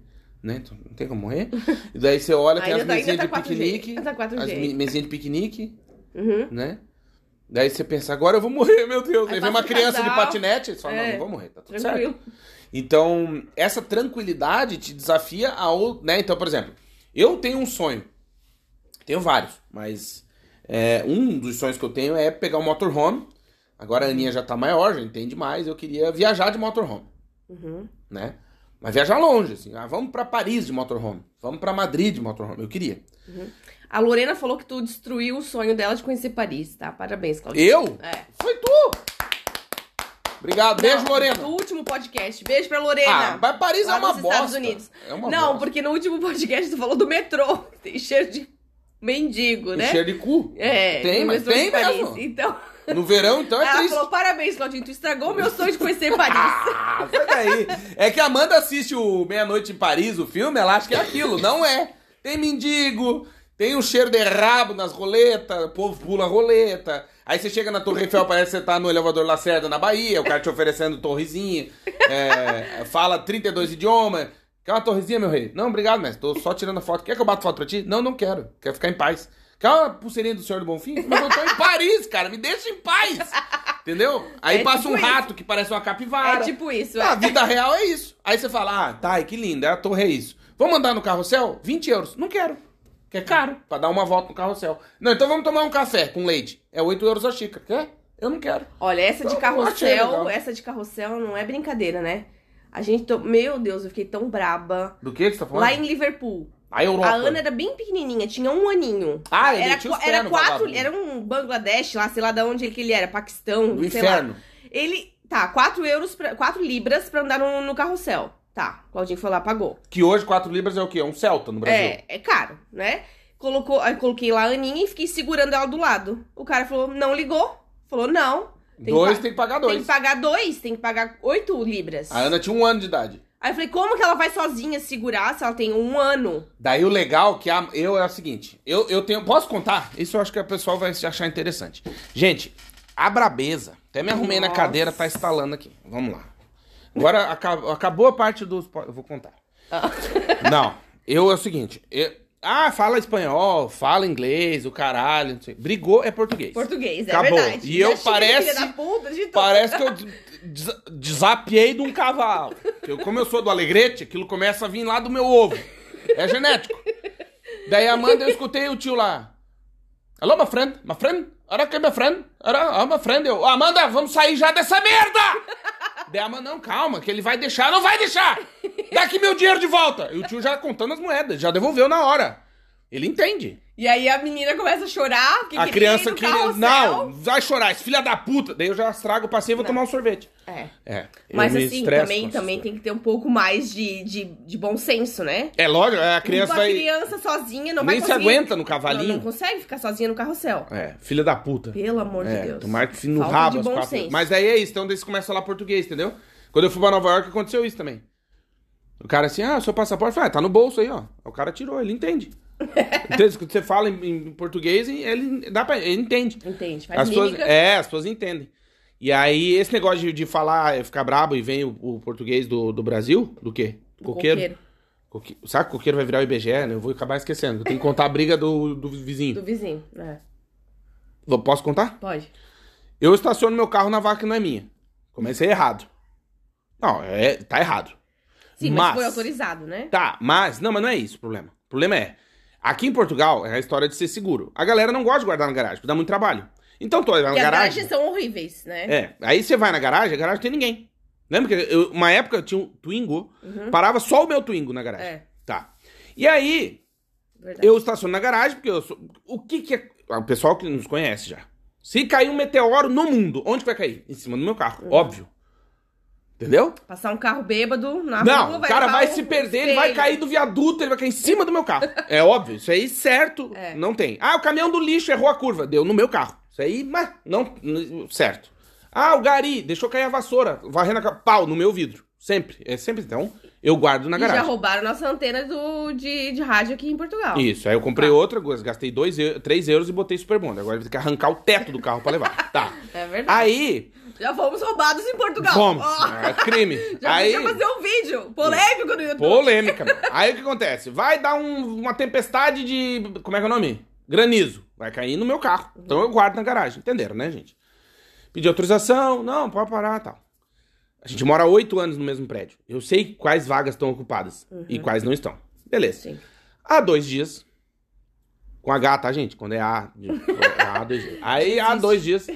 Speaker 1: né? Então, Não tem como morrer. E daí você olha, tem
Speaker 3: Ainda
Speaker 1: as
Speaker 3: tá- ainda
Speaker 1: mesinhas
Speaker 3: tá
Speaker 1: de
Speaker 3: 4G.
Speaker 1: piquenique.
Speaker 3: Ainda tá 4G.
Speaker 1: As me- mesinhas de piquenique,
Speaker 3: Uhum.
Speaker 1: né? Daí você pensa, agora eu vou morrer, meu Deus.
Speaker 3: Aí
Speaker 1: Aí vem
Speaker 3: passa
Speaker 1: uma
Speaker 3: um
Speaker 1: criança de
Speaker 3: casal.
Speaker 1: patinete, você fala,
Speaker 3: É.
Speaker 1: não, não vou morrer, tá tudo certo.
Speaker 3: Tranquilo.
Speaker 1: Então, essa tranquilidade te desafia a ou- né? Então, por exemplo, eu tenho um sonho. Tenho vários, mas é, um dos sonhos que eu tenho é pegar um motorhome. Agora a Aninha já tá maior, já entende mais. Eu queria viajar de motorhome,
Speaker 3: Uhum.
Speaker 1: né? Mas viajar longe, assim. Ah, vamos pra Paris de motorhome. Vamos pra Madrid de motorhome. Eu queria.
Speaker 3: A Lorena falou que tu destruiu o sonho dela de conhecer Paris, tá? Parabéns, Claudia.
Speaker 1: Eu?
Speaker 3: É.
Speaker 1: Foi tu! Obrigado. Beijo,
Speaker 3: Não,
Speaker 1: Lorena.
Speaker 3: No último podcast. Beijo pra Lorena.
Speaker 1: Ah, mas Paris
Speaker 3: Lá
Speaker 1: é uma
Speaker 3: nos
Speaker 1: bosta.
Speaker 3: Estados Unidos.
Speaker 1: É uma
Speaker 3: não,
Speaker 1: bosta.
Speaker 3: porque no último podcast tu falou do metrô. Tem cheiro de mendigo,
Speaker 1: Tem
Speaker 3: né?
Speaker 1: cheiro de cu.
Speaker 3: É,
Speaker 1: Tem,
Speaker 3: no
Speaker 1: mas
Speaker 3: metrô de
Speaker 1: tem
Speaker 3: Paris. Ah,
Speaker 1: mesmo.
Speaker 3: Então,
Speaker 1: No verão, então é
Speaker 3: ela
Speaker 1: triste.
Speaker 3: falou, parabéns, Claudinho, tu estragou meu sonho de conhecer Paris.
Speaker 1: Ah, sai daí. É que a Amanda assiste o Meia-Noite em Paris, o filme, ela acha que é aquilo. Não é. Tem mendigo, tem um cheiro de rabo nas roletas, o povo pula a roleta. Aí você chega na Torre Eiffel, parece que você tá no elevador Lacerda na Bahia, o cara te oferecendo torrezinha, é, fala 32 idiomas. Quer uma torrezinha, meu rei? Não, obrigado, mas tô só tirando a foto. Quer que eu bata foto pra ti? Não, não quero. Quero ficar em paz. Quer uma pulseirinha do Senhor do Bonfim? Mas eu tô em Paris, cara. Me deixa em paz. Entendeu? Aí
Speaker 3: É
Speaker 1: passa
Speaker 3: tipo
Speaker 1: um
Speaker 3: isso.
Speaker 1: rato que parece uma capivara.
Speaker 3: É tipo isso.
Speaker 1: Ah, A
Speaker 3: é.
Speaker 1: vida real é isso. Aí você fala, ah, tá, que linda, a torre é isso. Vamos andar no carrossel? 20 euros. Não quero. Que é caro, pra dar uma volta no carrossel. Não, então vamos tomar um café com leite. É 8 euros a xícara. Quer? Eu não quero.
Speaker 3: Olha, essa de
Speaker 1: Então, achei legal.
Speaker 3: carrossel, essa de carrossel não é brincadeira, né? A gente. To... Meu Deus, eu fiquei tão braba.
Speaker 1: Do que que você tá falando?
Speaker 3: Lá em Liverpool.
Speaker 1: A Europa.
Speaker 3: A Ana era bem pequenininha, tinha um aninho.
Speaker 1: Ah, ele
Speaker 3: era,
Speaker 1: tinha os
Speaker 3: qu- era
Speaker 1: ternos,
Speaker 3: quatro,
Speaker 1: vagabundo.
Speaker 3: era um Bangladesh lá, sei lá de onde que ele era, Paquistão,
Speaker 1: Do
Speaker 3: sei lá.
Speaker 1: inferno.
Speaker 3: Ele, tá, 4 euros, pra, 4 libras pra andar no, no carrossel. Tá, Claudinho foi lá, pagou.
Speaker 1: Que hoje 4 libras é o quê? É um Celta no Brasil.
Speaker 3: É, é caro, né? Colocou, aí coloquei lá a Aninha e fiquei segurando ela do lado. O cara falou, não ligou. Falou, não. que
Speaker 1: dois
Speaker 3: pa-
Speaker 1: tem que pagar
Speaker 3: Tem
Speaker 1: dois.
Speaker 3: que pagar dois, tem que pagar 8 libras.
Speaker 1: A Ana tinha um ano de idade.
Speaker 3: Aí eu falei, como que ela vai sozinha segurar se ela tem um ano?
Speaker 1: Daí o legal que a- eu é o seguinte, eu, eu tenho, posso contar? Isso eu acho que o pessoal vai se achar interessante. Gente, a brabeza, até me arrumei na
Speaker 3: Nossa.
Speaker 1: cadeira, tá instalando aqui. Vamos lá. Agora acabou, acabou a parte dos, po- eu vou contar.
Speaker 3: Ah.
Speaker 1: Não, eu é o seguinte, eu- ah, fala espanhol, fala inglês, o caralho, não sei. Brigou é português.
Speaker 3: Português, é
Speaker 1: Acabou.
Speaker 3: verdade.
Speaker 1: E eu
Speaker 3: Já cheguei,
Speaker 1: parece-
Speaker 3: filha da puta, de tudo.
Speaker 1: Parece que eu des- des- desapiei de um cavalo. Eu, como eu sou do Alegrete, aquilo começa a vir lá do meu ovo. É genético. Daí a Amanda, eu escutei o tio lá. Alô, my friend? My friend? Era que my friend? Era ah, my friend. Eu, Amanda, vamos sair já dessa merda! Daí a Amanda, não, calma, que ele vai deixar. Não vai deixar! Dá aqui meu dinheiro de volta! E o tio já contando as moedas, já devolveu na hora. Ele entende.
Speaker 3: E aí a menina começa a chorar. Que
Speaker 1: a
Speaker 3: queria ir
Speaker 1: criança
Speaker 3: no
Speaker 1: que...
Speaker 3: carrossel.
Speaker 1: Não, vai chorar, esse filho da puta. Daí eu já estrago o passeio e vou tomar um sorvete.
Speaker 3: É.
Speaker 1: É.
Speaker 3: Mas
Speaker 1: eu me
Speaker 3: assim,
Speaker 1: estresso com
Speaker 3: também,
Speaker 1: essas
Speaker 3: também
Speaker 1: coisas.
Speaker 3: tem que ter um pouco mais de, de, de bom senso, né?
Speaker 1: É lógico, a criança
Speaker 3: Uma
Speaker 1: vai.
Speaker 3: criança sozinha não
Speaker 1: Nem
Speaker 3: vai
Speaker 1: se
Speaker 3: conseguir...
Speaker 1: aguenta no cavalinho.
Speaker 3: Não, não consegue ficar sozinha no carrossel.
Speaker 1: É, filha da puta.
Speaker 3: Pelo amor de
Speaker 1: É,
Speaker 3: Deus.
Speaker 1: tomar que no
Speaker 3: Falta
Speaker 1: rabo
Speaker 3: de
Speaker 1: as
Speaker 3: bom
Speaker 1: quatro-
Speaker 3: senso.
Speaker 1: Mas daí é isso, então daí você começa a falar português, entendeu? Quando eu fui pra Nova York aconteceu isso também. O cara assim, ah, seu passaporte, Eu falei, ah, tá no bolso aí, ó. O cara tirou, ele entende. entende? Quando você fala em, em português, ele dá pra. Ele entende.
Speaker 3: Entende? Faz
Speaker 1: As pessoas,
Speaker 3: mímica.
Speaker 1: é, as pessoas entendem. E aí, esse negócio de, de falar, é, ficar brabo e vem o, o português do, do Brasil, do quê?
Speaker 3: do
Speaker 1: Coqueiro. Coque... Sabe que coqueiro vai virar o IBGE, né? Eu vou acabar esquecendo. Eu tenho que contar a briga do, do vizinho.
Speaker 3: Do vizinho. É.
Speaker 1: Vou- Posso contar?
Speaker 3: Pode.
Speaker 1: Eu estaciono meu carro na vaca que não é minha. Comecei errado. Não, é, tá errado.
Speaker 3: Sim, mas,
Speaker 1: Mas-
Speaker 3: foi autorizado, né?
Speaker 1: Tá, mas. Não, mas não é isso o problema. O problema é. Aqui em Portugal é a história de ser seguro. A galera não gosta de guardar na garagem, porque dá muito trabalho. Então, tô na
Speaker 3: Porque as
Speaker 1: garagem.
Speaker 3: garagens são horríveis, né?
Speaker 1: É, aí você vai na garagem, a garagem não tem ninguém. Lembra que eu- uma época eu tinha um Twingo, parava só o meu Twingo na garagem.
Speaker 3: Uhum. É.
Speaker 1: Tá. E aí,
Speaker 3: verdade.
Speaker 1: Eu estaciono na garagem, porque eu sou. O que que é. O pessoal que nos conhece já. Se cair um meteoro no mundo, onde que vai cair? Em cima do meu carro,
Speaker 3: Uhum.
Speaker 1: óbvio. Entendeu?
Speaker 3: Passar um carro bêbado na rua
Speaker 1: Não, o
Speaker 3: vai
Speaker 1: cara
Speaker 3: levar
Speaker 1: vai
Speaker 3: um
Speaker 1: se perder, ele vai
Speaker 3: espelho.
Speaker 1: cair do viaduto, ele vai cair em cima do meu carro. É óbvio, isso aí certo,
Speaker 3: É.
Speaker 1: não tem. Ah, o caminhão do lixo errou a curva, deu no meu carro. Isso aí, mas não, n- certo. Ah, o gari deixou cair a vassoura, varrendo a ca- pau no meu vidro. Sempre, é sempre então. Eu guardo na
Speaker 3: E
Speaker 1: garagem.
Speaker 3: já roubaram nossa antena do, de, de rádio aqui em Portugal.
Speaker 1: Isso, aí eu comprei
Speaker 3: Tá.
Speaker 1: outra, gastei 3 euros e botei super bonder. Agora eu vou ter que arrancar o teto do carro pra levar. Tá.
Speaker 3: É verdade.
Speaker 1: Aí,
Speaker 3: Já fomos roubados em Portugal.
Speaker 1: vamos.
Speaker 3: Ó.
Speaker 1: É crime.
Speaker 3: Já
Speaker 1: Aí,
Speaker 3: podia fazer um vídeo polêmico no YouTube.
Speaker 1: polêmica. mano. Aí o que acontece? Vai dar um- uma tempestade de. Como é que é o nome? Granizo. Vai cair no meu carro. Então eu guardo na garagem. Entenderam, né, gente? Pedi autorização. Não, pode parar tal. A gente mora há oito anos no mesmo prédio. Eu sei quais vagas estão ocupadas
Speaker 3: Uhum.
Speaker 1: e quais não estão. Beleza.
Speaker 3: Sim.
Speaker 1: Há dois dias. Com H, tá, gente? Quando é A. de- é A, há dois dias. Aí há dois dias.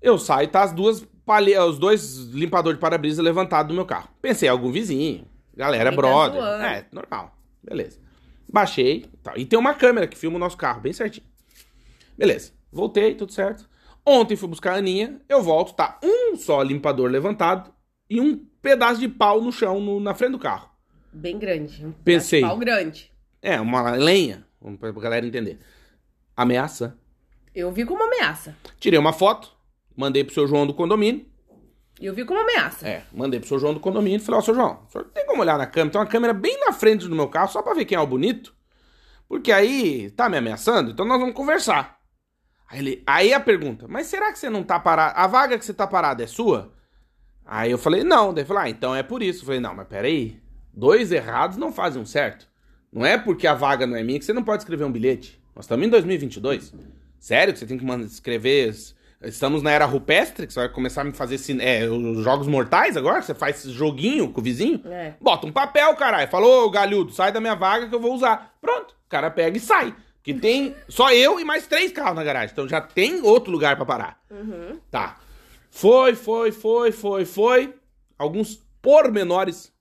Speaker 1: Eu saio, tá as duas palhe... os dois limpadores de para-brisa levantados do meu carro. Pensei, algum vizinho. Galera,
Speaker 3: Alguém tá
Speaker 1: brother.
Speaker 3: zoando.
Speaker 1: é, normal. Beleza. Baixei. Tá. E tem uma câmera que filma o nosso carro, bem certinho. Beleza. Voltei, tudo certo. Ontem fui buscar a Aninha. Eu volto, tá um só limpador levantado e um pedaço de pau no chão, no- na frente do carro.
Speaker 3: Bem grande. Um
Speaker 1: Pensei.
Speaker 3: pau grande.
Speaker 1: É, uma lenha, um, pra pra galera entender. Ameaça.
Speaker 3: Eu vi como uma ameaça.
Speaker 1: Tirei uma foto, mandei pro seu João do condomínio.
Speaker 3: Eu vi como uma ameaça.
Speaker 1: É, mandei pro seu João do condomínio e falei, ó, seu João, o senhor tem como olhar na câmera? Tem uma câmera bem na frente do meu carro, só pra ver quem é o bonito. Porque aí, tá me ameaçando? Então nós vamos conversar. Aí, ele- aí a pergunta, mas será que você não tá parado? A vaga que você tá parada é sua? Aí eu falei, não. Daí ele falou, ah, então é por isso. Eu falei, não, mas peraí. Dois errados não fazem um certo. Não é porque a vaga não é minha que você não pode escrever um bilhete. Nós estamos em 2022. Sério que você tem que mandar escrever... as- Estamos na era rupestre, que você vai começar a me fazer cine- é, os jogos mortais agora? que Você faz esse joguinho com o vizinho?
Speaker 3: É.
Speaker 1: Bota um papel, caralho. Falou, ô, galhudo, sai da minha vaga que eu vou usar. Pronto, o cara pega e sai. Que tem só eu e mais três carros na garagem. Então já tem outro lugar pra parar. Tá. Foi, foi, foi, foi, foi. Alguns pormenores.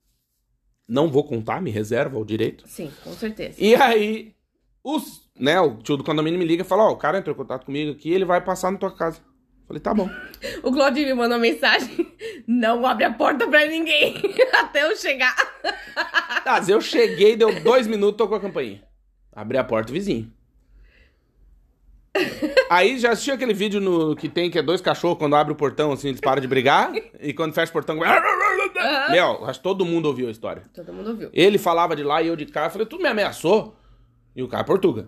Speaker 1: Não vou contar, me reserva o direito.
Speaker 3: Sim, com certeza.
Speaker 1: E aí, os, né, o tio do condomínio me liga e fala: Ó, o cara entrou em contato comigo aqui, ele vai passar na tua casa. Falei: tá bom.
Speaker 3: O Claudinho me mandou mensagem: não abre a porta pra ninguém até eu chegar.
Speaker 1: Tá, mas eu cheguei, deu dois minutos, tocou a campainha. Abri a porta, vizinho. Aí já assistiu aquele vídeo no, que tem que é dois cachorros, quando abre o portão, assim, eles param de brigar. E quando fecha o portão. Léo, acho que todo mundo ouviu a história.
Speaker 3: Todo mundo ouviu.
Speaker 1: Ele falava de lá e eu de cá. Eu falei, tu me ameaçou? E o cara, Portuga.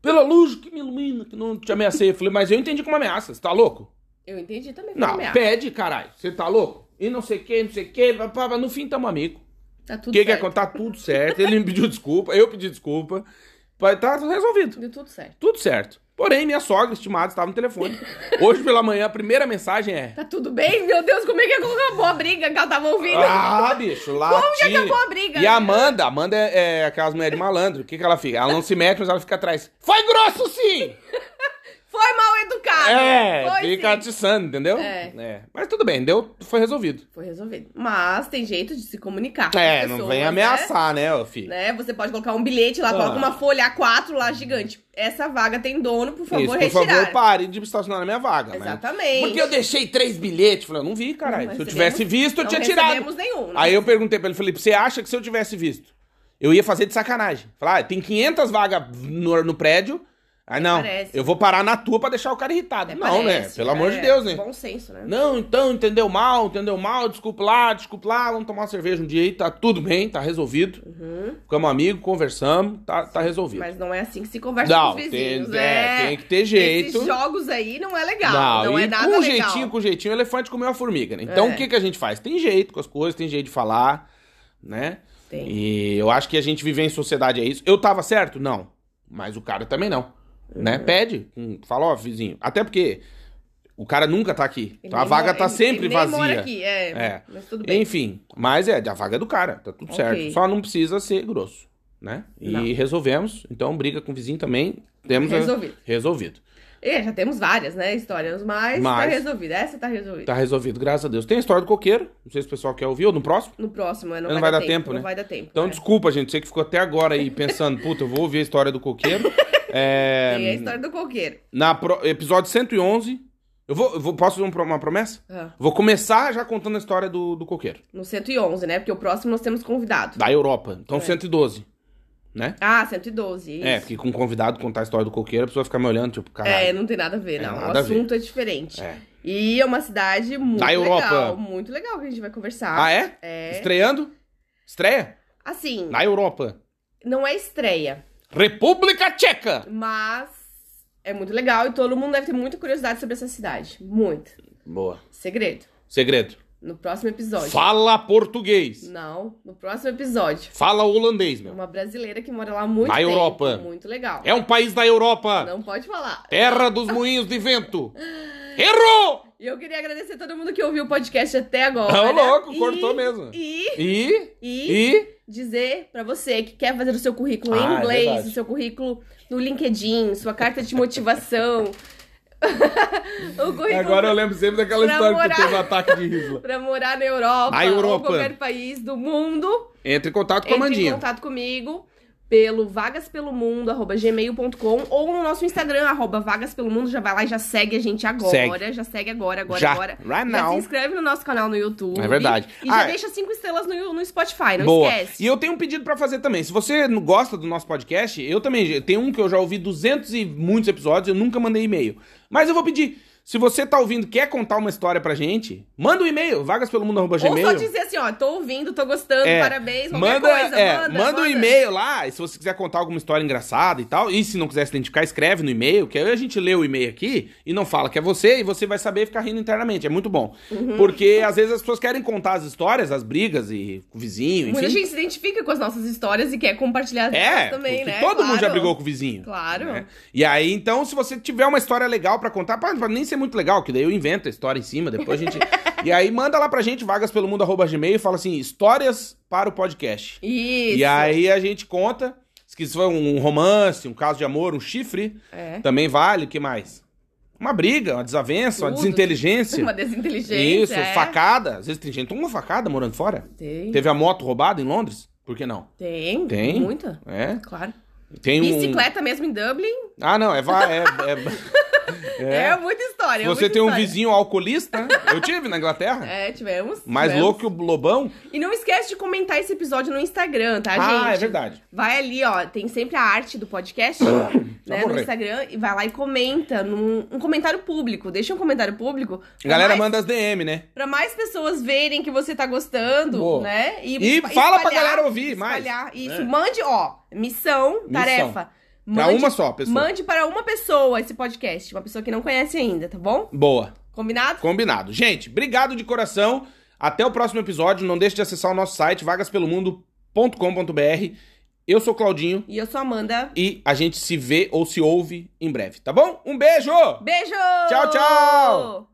Speaker 1: Pela luz que me ilumina, que não te ameacei. Eu falei, mas eu entendi como ameaça, você tá louco?
Speaker 3: Eu entendi também. como
Speaker 1: Não,
Speaker 3: ameaça.
Speaker 1: pede, caralho, você tá louco? E não sei o que, não sei o que, no fim tamo amigo.
Speaker 3: Tá
Speaker 1: O
Speaker 3: tudo
Speaker 1: que, que é
Speaker 3: certo.
Speaker 1: contar? Tudo certo. Ele me pediu desculpa, eu pedi desculpa. Vai tá resolvido.
Speaker 3: Deu tudo certo.
Speaker 1: Tudo certo. Porém, minha sogra, estimada, estava no telefone. Hoje pela manhã, a primeira mensagem é.
Speaker 3: Tá tudo bem? Meu Deus, como é que acabou a briga que ela tava ouvindo?
Speaker 1: Ah, bicho, lá.
Speaker 3: Como que acabou a briga? né?
Speaker 1: E a Amanda, Amanda é, é aquelas mulheres de malandro. O que, que ela fica? Ela não se mete, mas ela fica atrás. Foi grosso sim!
Speaker 3: Foi mal educado.
Speaker 1: É,
Speaker 3: Foi
Speaker 1: fica
Speaker 3: sim.
Speaker 1: atiçando, entendeu?
Speaker 3: É.
Speaker 1: Mas tudo bem, deu, foi resolvido.
Speaker 3: Foi resolvido. Mas tem jeito de se comunicar. com
Speaker 1: É,
Speaker 3: as
Speaker 1: não
Speaker 3: pessoas,
Speaker 1: vem
Speaker 3: né?
Speaker 1: ameaçar, né, ô filho?
Speaker 3: Né? Você pode colocar um bilhete lá, coloca
Speaker 1: Ah.
Speaker 3: uma folha A4 lá gigante. Essa vaga tem dono, por favor,
Speaker 1: Isso, por
Speaker 3: retirar.
Speaker 1: favor, pare de estacionar na minha vaga. né?
Speaker 3: Exatamente.
Speaker 1: Porque eu deixei três bilhetes. Falei, eu não vi, caralho.
Speaker 3: Não
Speaker 1: Se eu
Speaker 3: recebemos-
Speaker 1: tivesse visto, eu
Speaker 3: não
Speaker 1: tinha tirado.
Speaker 3: recebemos nenhum, né?
Speaker 1: Aí eu perguntei pra ele, Felipe, você acha que se eu tivesse visto, eu ia fazer de sacanagem? Falei, ah, tem 500 vagas no, no prédio. Aí não,
Speaker 3: parece.
Speaker 1: eu vou parar na tua pra deixar o cara irritado.
Speaker 3: Até
Speaker 1: não,
Speaker 3: É,
Speaker 1: né?
Speaker 3: parece,
Speaker 1: Pelo amor de
Speaker 3: é,
Speaker 1: Deus, né?
Speaker 3: Bom senso, né?
Speaker 1: Não, então, entendeu mal, entendeu mal, desculpa lá, desculpa lá, vamos tomar uma cerveja um dia aí, tá tudo bem, tá resolvido. Ficamos amigos, conversamos, tá, tá resolvido.
Speaker 3: Uhum. Mas não é assim que se conversa
Speaker 1: Não,
Speaker 3: com os
Speaker 1: tem,
Speaker 3: vizinhos,
Speaker 1: é,
Speaker 3: né?
Speaker 1: tem que ter jeito.
Speaker 3: Esses jogos aí não é legal. Não,
Speaker 1: e
Speaker 3: é nada
Speaker 1: com um
Speaker 3: legal.
Speaker 1: jeitinho, com jeitinho, o elefante comeu a formiga, né? Então,
Speaker 3: É.
Speaker 1: o que, que a gente faz? Tem jeito com as coisas, tem jeito de falar, né?
Speaker 3: Tem.
Speaker 1: E eu acho que a gente viver em sociedade é isso. Eu tava certo? Não. Mas o cara também não, né?
Speaker 3: É.
Speaker 1: Pede, hum, fala, ó, vizinho. Até porque o cara nunca tá aqui.
Speaker 3: Ele
Speaker 1: Então, a
Speaker 3: nem
Speaker 1: vaga
Speaker 3: mora-
Speaker 1: tá
Speaker 3: ele-
Speaker 1: sempre
Speaker 3: ele nem
Speaker 1: vazia.
Speaker 3: mora aqui, é,
Speaker 1: É.
Speaker 3: Mas tudo bem.
Speaker 1: Enfim, mas é, a vaga é do cara, tá tudo
Speaker 3: Ok.
Speaker 1: certo. Só não precisa ser grosso, né? E
Speaker 3: Não.
Speaker 1: resolvemos. Então, briga com o vizinho também, temos... a-
Speaker 3: Resolvido.
Speaker 1: Resolvido.
Speaker 3: É, já temos várias, né, histórias, mas,
Speaker 1: Mas-
Speaker 3: tá resolvida. Essa tá resolvida.
Speaker 1: Tá resolvido, graças a Deus. Tem a história do coqueiro, não sei se o pessoal quer ouvir, ou no próximo.
Speaker 3: No próximo, é, não,
Speaker 1: Não
Speaker 3: vai,
Speaker 1: vai
Speaker 3: dar
Speaker 1: dar
Speaker 3: tempo,
Speaker 1: tempo, né?
Speaker 3: Não vai dar tempo.
Speaker 1: Então,
Speaker 3: é.
Speaker 1: desculpa, gente, você que ficou até agora aí pensando, puta, eu vou ouvir a história do coqueiro. É,
Speaker 3: Tem a história do coqueiro.
Speaker 1: na pro- episódio 111, eu vou, eu vou- posso fazer um pro- uma promessa?
Speaker 3: Ah,
Speaker 1: Vou começar já contando a história do, do coqueiro,
Speaker 3: no 111, né? Porque o próximo nós temos convidado.
Speaker 1: da Europa. Então,
Speaker 3: É.
Speaker 1: 112, né?
Speaker 3: Ah, 112, isso.
Speaker 1: É, porque com convidado contar a história do coqueiro, a pessoa fica me olhando, tipo, caralho.
Speaker 3: É, não tem nada a ver,
Speaker 1: É,
Speaker 3: não. o
Speaker 1: nada a ver.
Speaker 3: assunto é diferente.
Speaker 1: É.
Speaker 3: E é uma cidade muito
Speaker 1: Da Europa.
Speaker 3: legal. Muito legal que a gente vai conversar.
Speaker 1: Ah, é?
Speaker 3: É.
Speaker 1: Estreando? Estreia?
Speaker 3: Assim,
Speaker 1: Na Europa.
Speaker 3: não é estreia,
Speaker 1: República Tcheca!
Speaker 3: mas é muito legal e todo mundo deve ter muita curiosidade sobre essa cidade. Muito.
Speaker 1: Boa.
Speaker 3: Segredo.
Speaker 1: Segredo.
Speaker 3: No próximo episódio.
Speaker 1: Fala português.
Speaker 3: Não, no próximo episódio.
Speaker 1: Fala holandês, meu.
Speaker 3: Uma brasileira que mora lá há muito
Speaker 1: Na
Speaker 3: tempo.
Speaker 1: Europa.
Speaker 3: Muito legal.
Speaker 1: É um país da Europa.
Speaker 3: Não pode falar.
Speaker 1: Terra dos moinhos de vento. Errou!
Speaker 3: E eu queria agradecer a todo mundo que ouviu o podcast até agora.
Speaker 1: Ô, louco,
Speaker 3: E-
Speaker 1: cortou mesmo.
Speaker 3: E,
Speaker 1: E.
Speaker 3: e,
Speaker 1: E.
Speaker 3: dizer pra você que quer fazer o seu currículo
Speaker 1: Ah,
Speaker 3: em
Speaker 1: é
Speaker 3: inglês,
Speaker 1: verdade.
Speaker 3: o seu currículo no LinkedIn, sua carta de motivação. o currículo
Speaker 1: eu lembro sempre daquela
Speaker 3: Pra morar.
Speaker 1: um ataque de riso.
Speaker 3: pra morar na Europa,
Speaker 1: Na Europa.
Speaker 3: ou qualquer país do mundo.
Speaker 1: Entre em contato com a
Speaker 3: Entre em
Speaker 1: Mandinha.
Speaker 3: contato comigo pelo vagaspelomundo@gmail.com ou no nosso Instagram arroba vagaspelomundo, já vai lá e já segue a gente agora,
Speaker 1: Segue.
Speaker 3: já segue agora, agora,
Speaker 1: Já.
Speaker 3: agora.
Speaker 1: Right
Speaker 3: Já se
Speaker 1: now.
Speaker 3: inscreve no nosso canal no YouTube.
Speaker 1: É verdade.
Speaker 3: E já
Speaker 1: Ah,
Speaker 3: deixa cinco estrelas no, no Spotify, não
Speaker 1: Boa.
Speaker 3: esquece.
Speaker 1: E eu tenho um pedido pra fazer também. Se você não gosta do nosso podcast, eu também. Tem um que eu já ouvi 200 e muitos episódios, eu nunca mandei e-mail. Mas eu vou pedir. Se você tá ouvindo, quer contar uma história pra gente, manda um e-mail,
Speaker 3: Ou
Speaker 1: vagaspelomundo.gmail.
Speaker 3: só dizer assim, ó, tô ouvindo, tô gostando,
Speaker 1: É,
Speaker 3: parabéns, qualquer
Speaker 1: Manda,
Speaker 3: coisa,
Speaker 1: é,
Speaker 3: manda,
Speaker 1: manda, um e-mail lá, e se você quiser contar alguma história engraçada e tal. E se não quiser se identificar, escreve no e-mail, que aí a gente lê o e-mail aqui e não fala que é você, e você vai saber ficar rindo internamente. É muito bom.
Speaker 3: Uhum.
Speaker 1: Porque às vezes as pessoas querem contar as histórias, as brigas e com o vizinho, enfim.
Speaker 3: Muita gente se identifica com as nossas histórias e quer compartilhar as
Speaker 1: É,
Speaker 3: nossas também,
Speaker 1: porque
Speaker 3: né?
Speaker 1: todo mundo já
Speaker 3: Claro.
Speaker 1: brigou com o vizinho.
Speaker 3: Claro.
Speaker 1: né? E aí, então, se você tiver uma história legal pra contar, pra, pra nem ser muito legal, que daí eu invento a história em cima, depois a gente... e aí, manda lá pra gente, vagaspelomundo.gmail, e fala assim, histórias para o podcast.
Speaker 3: Isso.
Speaker 1: E aí a gente conta. Se que se for um romance, um caso de amor, um chifre,
Speaker 3: É.
Speaker 1: também vale. O que mais? Uma briga, uma desavença, uma
Speaker 3: Tudo.
Speaker 1: desinteligência.
Speaker 3: Uma desinteligência.
Speaker 1: assim, Isso,
Speaker 3: é.
Speaker 1: facada. Às vezes tem gente que toma uma facada morando fora.
Speaker 3: Tem.
Speaker 1: Teve a moto roubada em Londres? Por que não?
Speaker 3: Tem.
Speaker 1: Tem.
Speaker 3: Muita.
Speaker 1: É.
Speaker 3: Claro.
Speaker 1: Tem um.
Speaker 3: Bicicleta mesmo em Dublin.
Speaker 1: Ah, não, é. va- é, é-
Speaker 3: É,
Speaker 1: é.
Speaker 3: muita história. é
Speaker 1: Você
Speaker 3: muita
Speaker 1: tem um
Speaker 3: história.
Speaker 1: vizinho alcoolista? Eu tive na Inglaterra.
Speaker 3: É, tivemos.
Speaker 1: Mais
Speaker 3: tivemos.
Speaker 1: louco que o Lobão?
Speaker 3: E não esquece de comentar esse episódio no Instagram, tá, gente?
Speaker 1: ah, é verdade.
Speaker 3: Vai ali, ó, tem sempre a arte do podcast né, no
Speaker 1: morrer.
Speaker 3: Instagram e vai lá e comenta num um comentário público. Deixa um comentário público. pra
Speaker 1: Galera
Speaker 3: É mais-
Speaker 1: manda as DM, né?
Speaker 3: Pra mais pessoas verem que você tá gostando,
Speaker 1: Boa.
Speaker 3: né?
Speaker 1: E
Speaker 3: espa-
Speaker 1: fala pra galera ouvir mais.
Speaker 3: espalhar. Isso,
Speaker 1: É.
Speaker 3: mande, ó, missão, tarefa.
Speaker 1: Pra
Speaker 3: Mande-
Speaker 1: uma só, pessoa.
Speaker 3: Mande para uma pessoa esse podcast, uma pessoa que não conhece ainda, tá bom?
Speaker 1: Boa.
Speaker 3: Combinado?
Speaker 1: Combinado. Gente, obrigado de coração. Até o próximo episódio. Não deixe de acessar o nosso site, vagaspelomundo.com.br. Eu sou Claudinho
Speaker 3: E eu sou a Amanda.
Speaker 1: e a gente se vê ou se ouve em breve, tá bom? Um beijo!
Speaker 3: Beijo!
Speaker 1: Tchau, tchau!